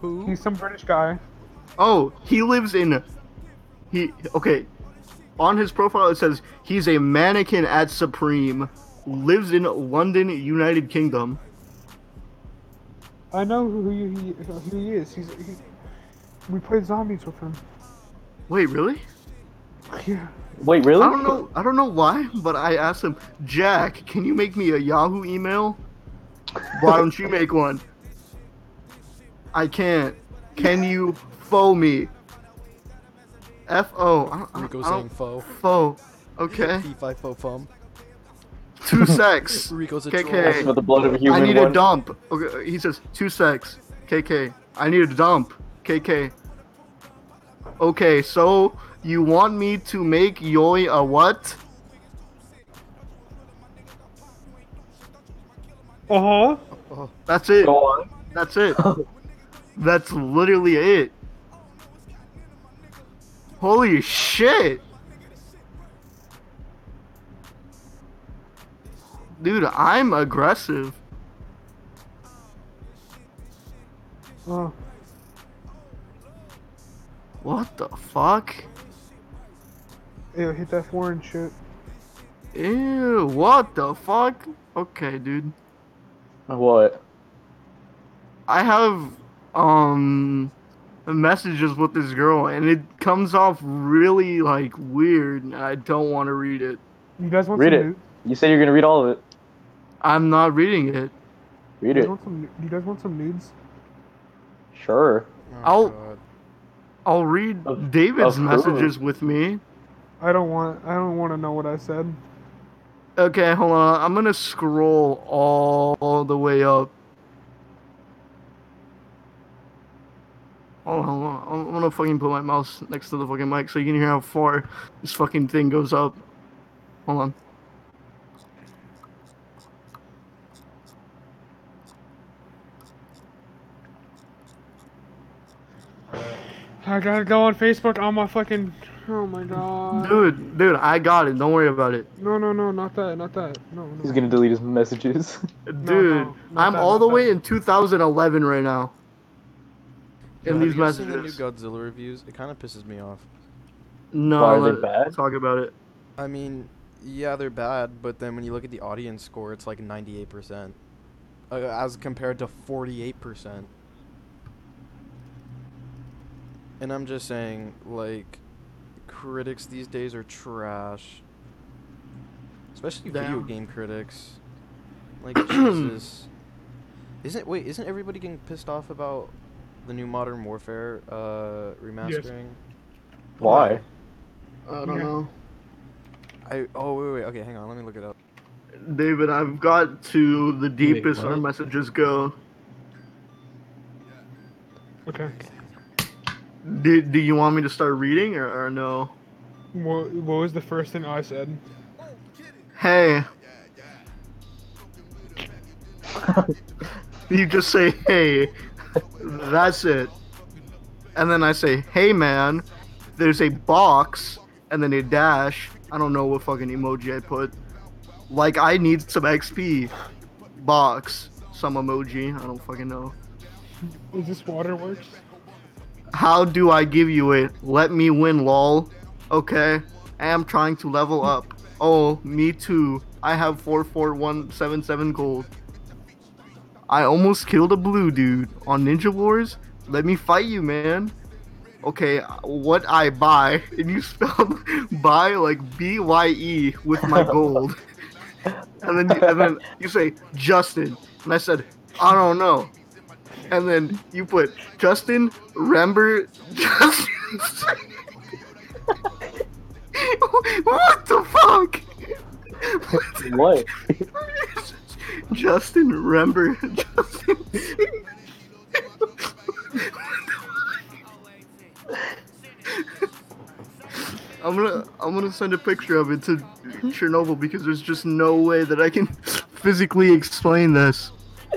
Who? He's some British guy. Oh, he lives in. He okay. On his profile, it says he's a mannequin at Supreme, lives in London, United Kingdom. I know who he, he, who he is. He's he, we played zombies with him. Wait, really? Yeah. Wait, really? I don't Oh. know. I don't know why, but I asked him, Jack, can you make me a Yahoo email? Why don't you make one? I can't. Can you fo me? F O. I don't- I Rico don't- I saying don't- foe. Fo. Okay. Fee fi fo fum. Two sex. Rico's a KK. troll. With the blood of a human I need one. a dump. Okay, he says two sex. KK. I need a dump. KK. Okay, so you want me to make Yoi a what? Uh huh. That's it. Go on. That's it. That's literally it. Holy shit. Dude, I'm aggressive. Oh. What the fuck? Ew, hit that four and shit. Ew, what the fuck? Okay, dude. What? I have um messages with this girl and it comes off really like weird and I don't want to read it. You guys want Read some it. nudes? You said you're gonna read all of it. I'm not reading You it. Read guys it. Mm-hmm. want some? You guys want some nudes? Sure. Oh, I'll- God. I'll read Of- David's of messages with me. I don't want. I don't want to know what I said. Okay, hold on. I'm gonna scroll all the way up. Oh, Hold on, hold on. I'm- I'm gonna fucking put my mouse next to the fucking mic so you can hear how far this fucking thing goes up. Hold on. I gotta go on Facebook on my fucking. Oh my god. Dude, dude, I got it. Don't worry about it. No, no, no, not that, not that. No, no. He's gonna delete his messages. Dude, not I'm that, all not the that. way in 2011 right now. In Have these you guys seen the new messages. Godzilla reviews? It kind of pisses me off. No, Why are they let- bad? Talk about it. I mean, yeah, they're bad, but then when you look at the audience score, it's like 98%. Uh, as compared to 48%. And I'm just saying, like, critics these days are trash. Especially video Damn. game critics. Like, Jesus. Isn't, wait, isn't everybody getting pissed off about the new Modern Warfare uh, remastering? Why? I don't Yeah. know. I, oh, wait, wait, okay, hang on, let me look it up. David, I've got to the deepest our what? messages go. Okay. Do, do you want me to start reading or, or no? What, what was the first thing I said? Hey. you just say, hey. That's it. And then I say, hey, man. There's a box and then a dash. I don't know what fucking emoji I put. Like, I need some XP. Box. Some emoji. I don't fucking know. Is this Waterworks? How do I give you it? Let me win, lol. Okay, I am trying to level up. Oh, me too. I have 44177 gold. I almost killed a blue dude on Ninja Wars. Let me fight you, man. Okay, what I buy, and you spell buy like B Y E with my gold. and then you, and then you say Justin, and I said I don't know, and then you put Justin remember Justin. what the fuck? what? Justin remember Justin. I'm gonna I'm gonna send a picture of it to Chernobyl because there's just no way that I can physically explain this.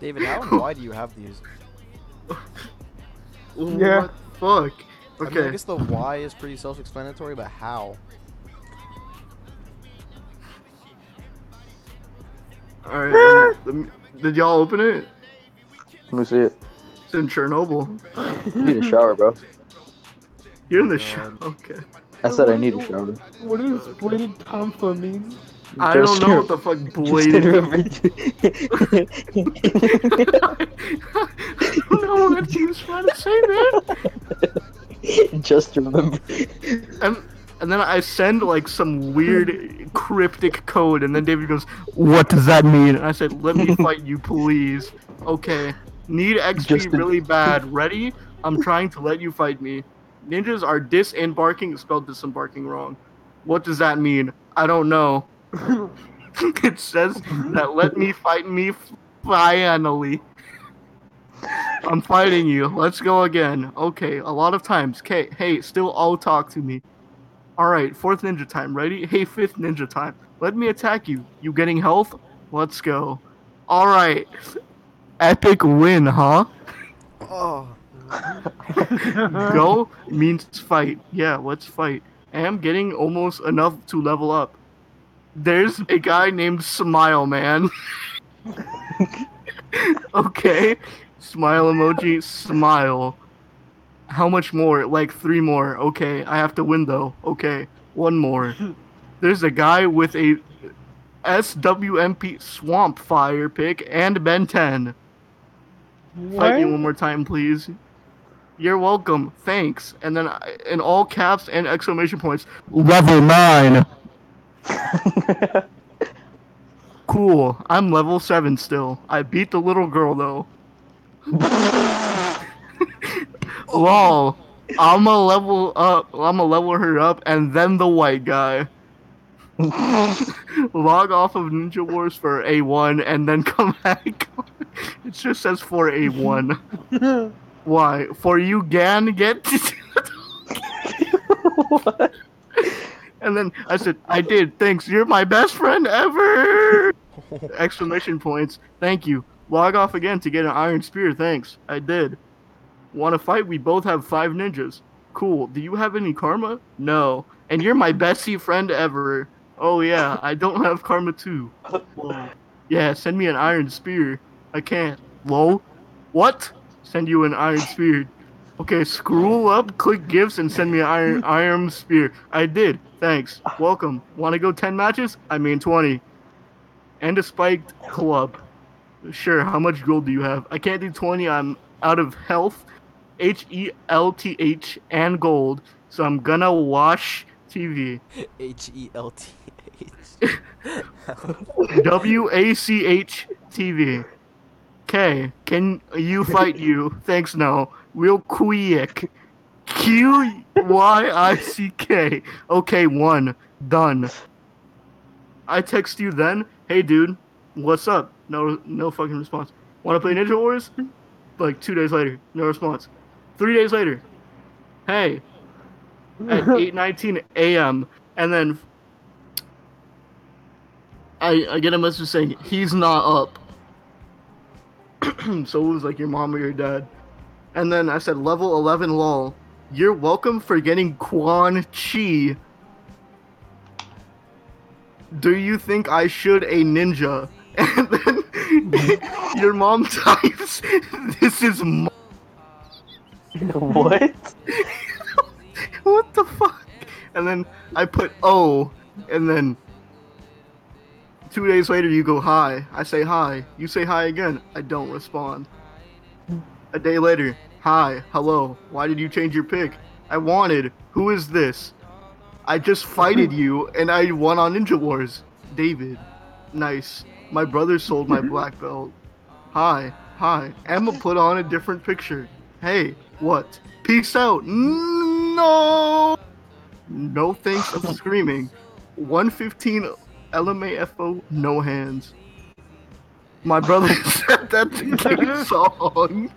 David, how and why do you have these? Yeah. What the fuck? I, mean, I Okay. guess the why is pretty self-explanatory, but how? All right. um, lem- Did y'all open it? Let me see it. It's in Chernobyl. I need a shower, bro. You're in the show. Okay. I said I need a shower. What does bladed tomfla mean? I don't Just- know what the fuck Just bladed. remember- I don't know what he was trying to say, man. Just remember. And Um, and then I send like some weird cryptic code, and then David goes, "What does that mean?" And I said, "Let me fight you, please." Okay. Need XP Just the- really bad. Ready? I'm trying to let you fight me. Ninjas are disembarking. Spelled disembarking wrong. What does that mean? I don't know. it says that let me fight me finally. I'm fighting you. Let's go again. Okay, a lot of times. Okay, hey, still all talk to me. All right, fourth ninja time. Ready? Hey, fifth ninja time. Let me attack you. You getting health? Let's go. All right. Epic win, huh? Oh, go means fight. Yeah, let's fight. I am getting almost enough to level up. There's a guy named Smile Man. okay. Smile emoji, smile. How much more? Like three more. Okay, I have to win though. Okay, one more. There's a guy with a SWMP swamp fire pick and Ben 10. Fight me one more time, please. You're welcome. Thanks. And then I- in all caps and exclamation points, level nine. Cool. I'm level seven still. I beat the little girl though. Lol. I'ma level up. I'ma level her up, and then the white guy. Log off of Ninja Wars for A1, and then come back. it just says for A1. Why? For you can get. And then I said, I did. Thanks. You're my best friend ever. Exclamation points. Thank you. Log off again to get an iron spear. Thanks. I did. Want to fight? We both have five ninjas. Cool. Do you have any karma? No. And you're my bestie friend ever. Oh yeah, I don't have karma too. Lol. Yeah, send me an iron spear. I can't. Lol. What? Send you an iron spear. Okay, scroll up, click gifts, and send me an iron iron spear. I did. Thanks. Welcome. Want to go ten matches? I mean twenty. And a spiked club. Sure. How much gold do you have? I can't do twenty. I'm out of health, H E L T H, and gold. So I'm gonna watch TV. H E L T H. W A C H TV. K. Can you fight you? Thanks, no. Real quick. Q Y I C K. Okay, one. Done. I text you then. Hey, dude. What's up? No, no fucking response. Want to play Ninja Wars? Like two days later, no response. Three days later, hey. At 8:19 a.m. and then I, I get a message saying he's not up. so it was like your mom or your dad. And then I said level eleven lol. You're welcome for getting Quan Chi. Do you think I should a ninja? And then your mom types, "This is mo- What? what the fuck?" And then I put "oh," and then two days later you go hi i say hi you say hi again i don't respond a day later hi hello why did you change your pick i wanted who is this i just fighted you and i won on ninja wars david nice my brother sold my black belt hi hi emma put on a different picture hey what peace out no no thanks i'm screaming 115 LMAFO, no hands. My brother said that to King Song.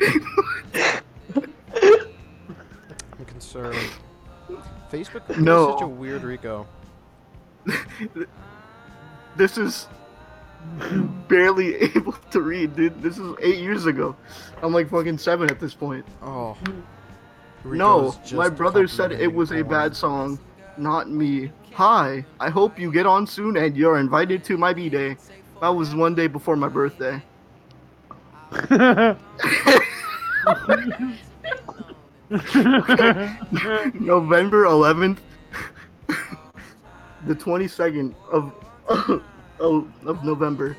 I'm concerned. Facebook No. is such a weird Rico. this is barely able to read, dude. This is eight years ago. I'm like fucking seven at this point. Oh. no, Rico's my just brother said it complimenting was a porn. bad song, not me. Hi, I hope you get on soon and you're invited to my B day. That was one day before my birthday. November 11th, the 22nd of, of of November,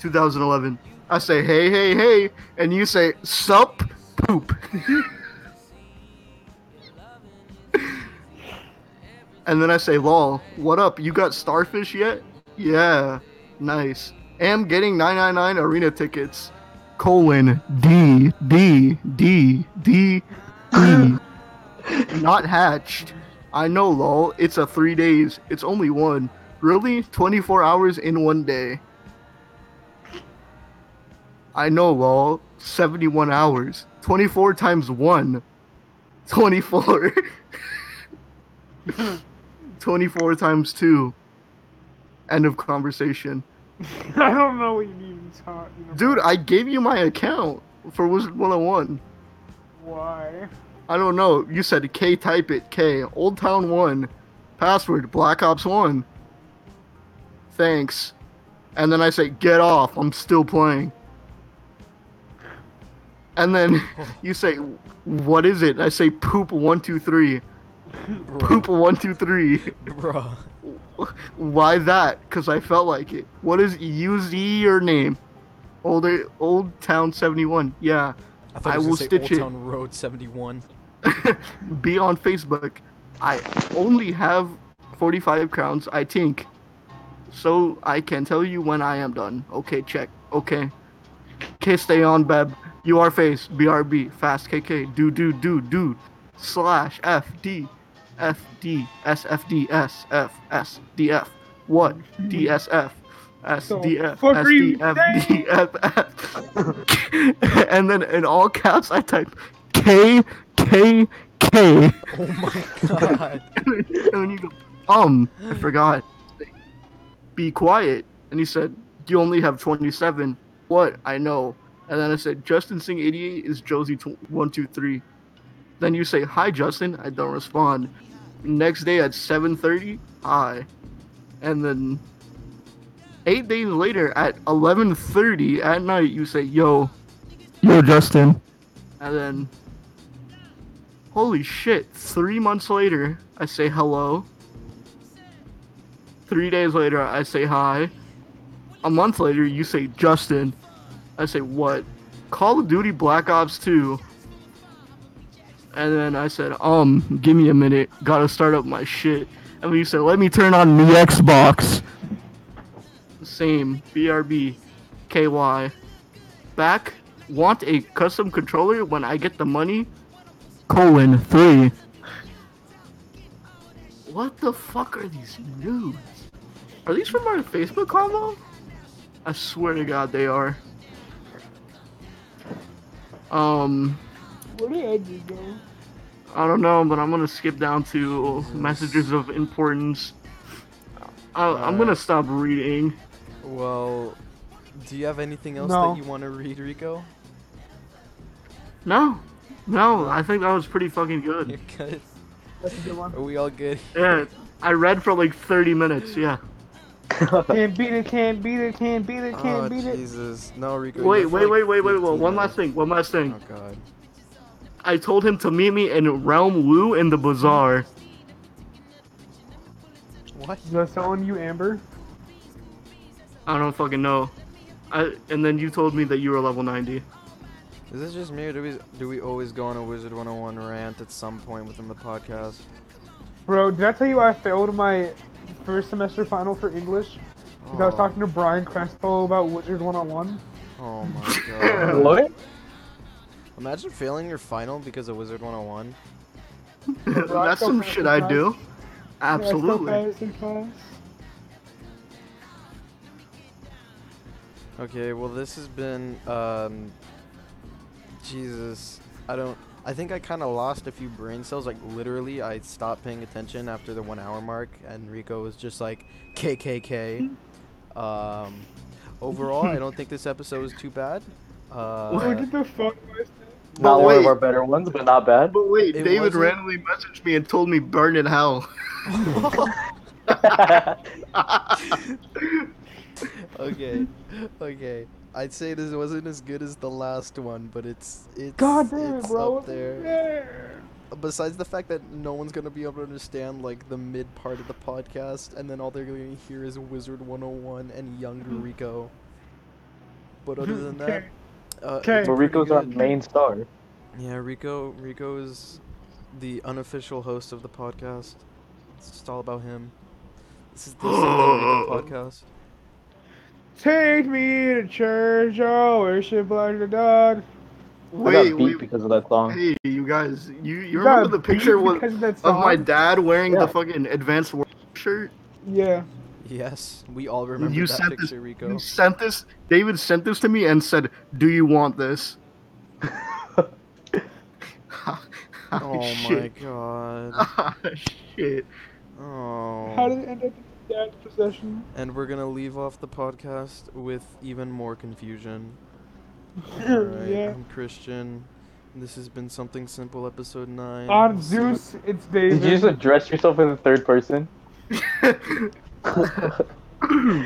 2011. I say hey hey hey, and you say sup poop. and then I say lol. What up? You got starfish yet? Yeah, nice. Am getting 999 arena tickets. Colon D D D D D. Not hatched. I know, lol. It's a three days. It's only one. Really? 24 hours in one day. I know, lol. 71 hours. 24 times 1. 24. 24 times 2. End of conversation. I don't know what you mean. It's hot. You know, Dude, I gave you my account for Wizard 101. why? I don't know. You said K type it K. Old Town 1. Password Black Ops 1. Thanks. And then I say, get off. I'm still playing. And then you say, what is it? I say, poop123. Poop123. Bruh. Why that? Because I felt like it. What is use your name? Older Old Town 71. Yeah. I I, thought I will was gonna say stitch Old it Town Road 71. be on Facebook. I only have 45 crowns, I think. So I can tell you when I am done. Okay, check. Okay. K stay on, Beb. You are face. BRB. Fast KK. Do, do, do, do. Slash FD. FD. SFD. SF. SDF. What? DSF. SDF. fuck are you SDF. DFF. and then in all caps, I type K, K, K. Oh my god. and then you go, um, I forgot. Be quiet. And he said, you only have 27. What? I know. and then I said Justin Singh 88 is Josie tw- 123. Then you say hi Justin. I don't respond. Next day at 7:30, hi, and then eight days later at 11:30 at night you say yo, Yo, Justin. and then holy shit, three months later I say hello. Three days later I say hi. A month later you say Justin. I say what? Call of Duty Black Ops 2. And then I said, um, give me a minute, gotta start up my shit. And then you said, let me turn on the Xbox. same brb ky back want a custom controller when i get the money Colon three. what the fuck are these nudes are these from our facebook combo i swear to god they are um Where did Edgy go? I don't know, but I'm gonna skip down to messages of importance. I, I'm gonna stop reading. Well, do you have anything else No. Hmm. that you want to read, Rico? No, no, I think that was pretty fucking good. Good. Are we all good? Yeah, I read for like 30 minutes. Yeah. Can't beat it, can't beat it, can't beat it, can't Oh, beat it. Jesus. No, Rico. you Wait, got, wait, like, wait, wait, wait, wait. 15 One minutes. last thing. One last thing. Oh, God. I told him to meet me in Realm Wu in the bazaar. What? That's on you, Amber. I don't fucking know. I and then you told me that you were level 90. Is this just me, or do we do we always go on a Wizard 101 rant at some point within the podcast? Bro, did I tell you I failed my first semester final for English? 'Cause I was Aw. Oh. talking to Brian Crespo about Wizard 101. Oh my god. What? Imagine failing your final because of Wizard 101. That's some shit I do. Absolutely. Okay, well this has been um Jesus. I don't I think I kind of lost a few brain cells. Like literally, I stopped paying attention after the one hour mark, and Rico was just like KKK. Um, overall, I don't think this episode was too bad. Who Uh, did the fuck was Not But one of wait. our better ones, but not bad. But wait, It David wasn't- randomly messaged me and told me burn in hell. okay, okay. I'd say this wasn't as good as the last one, but it's it's God damn it, it's bro, up it wasn't there. Besides the fact that no one's gonna be able to understand like the mid part of the podcast, and then all they're gonna hear is Wizard 101 and Young Mm-hmm. Rico. But other than that, uh, it's But pretty Rico's our good. main star. Yeah, Rico. Rico is the unofficial host of the podcast. It's just all about him. This is the Sunday Rico podcast. Take me to church, oh, worship like the God. I Wait, got beat wait. because of that song. Hey, you guys, you, you got remember the picture beat with, because of that of my song? dad wearing Uh-huh. Yeah. the fucking advanced war shirt? Yeah. Yes, we all remember you that sent picture, this, Rico. You sent this. David sent this to me and said, "Do you want this?" oh Ah, shit. my god. Ah, shit. Oh. How did it end up in dad's possession? And we're gonna leave off the podcast with even more confusion. Alright, Yeah. I'm Christian. This has been something simple, episode nine. On We'll see you- Zeus, it's Did David. you just address yourself in the third person?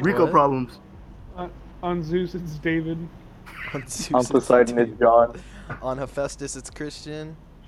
Rico What? problems. on, on Zeus, it's David. On Zeus, On it's Poseidon, it's David. John. On Hephaestus, it's Christian.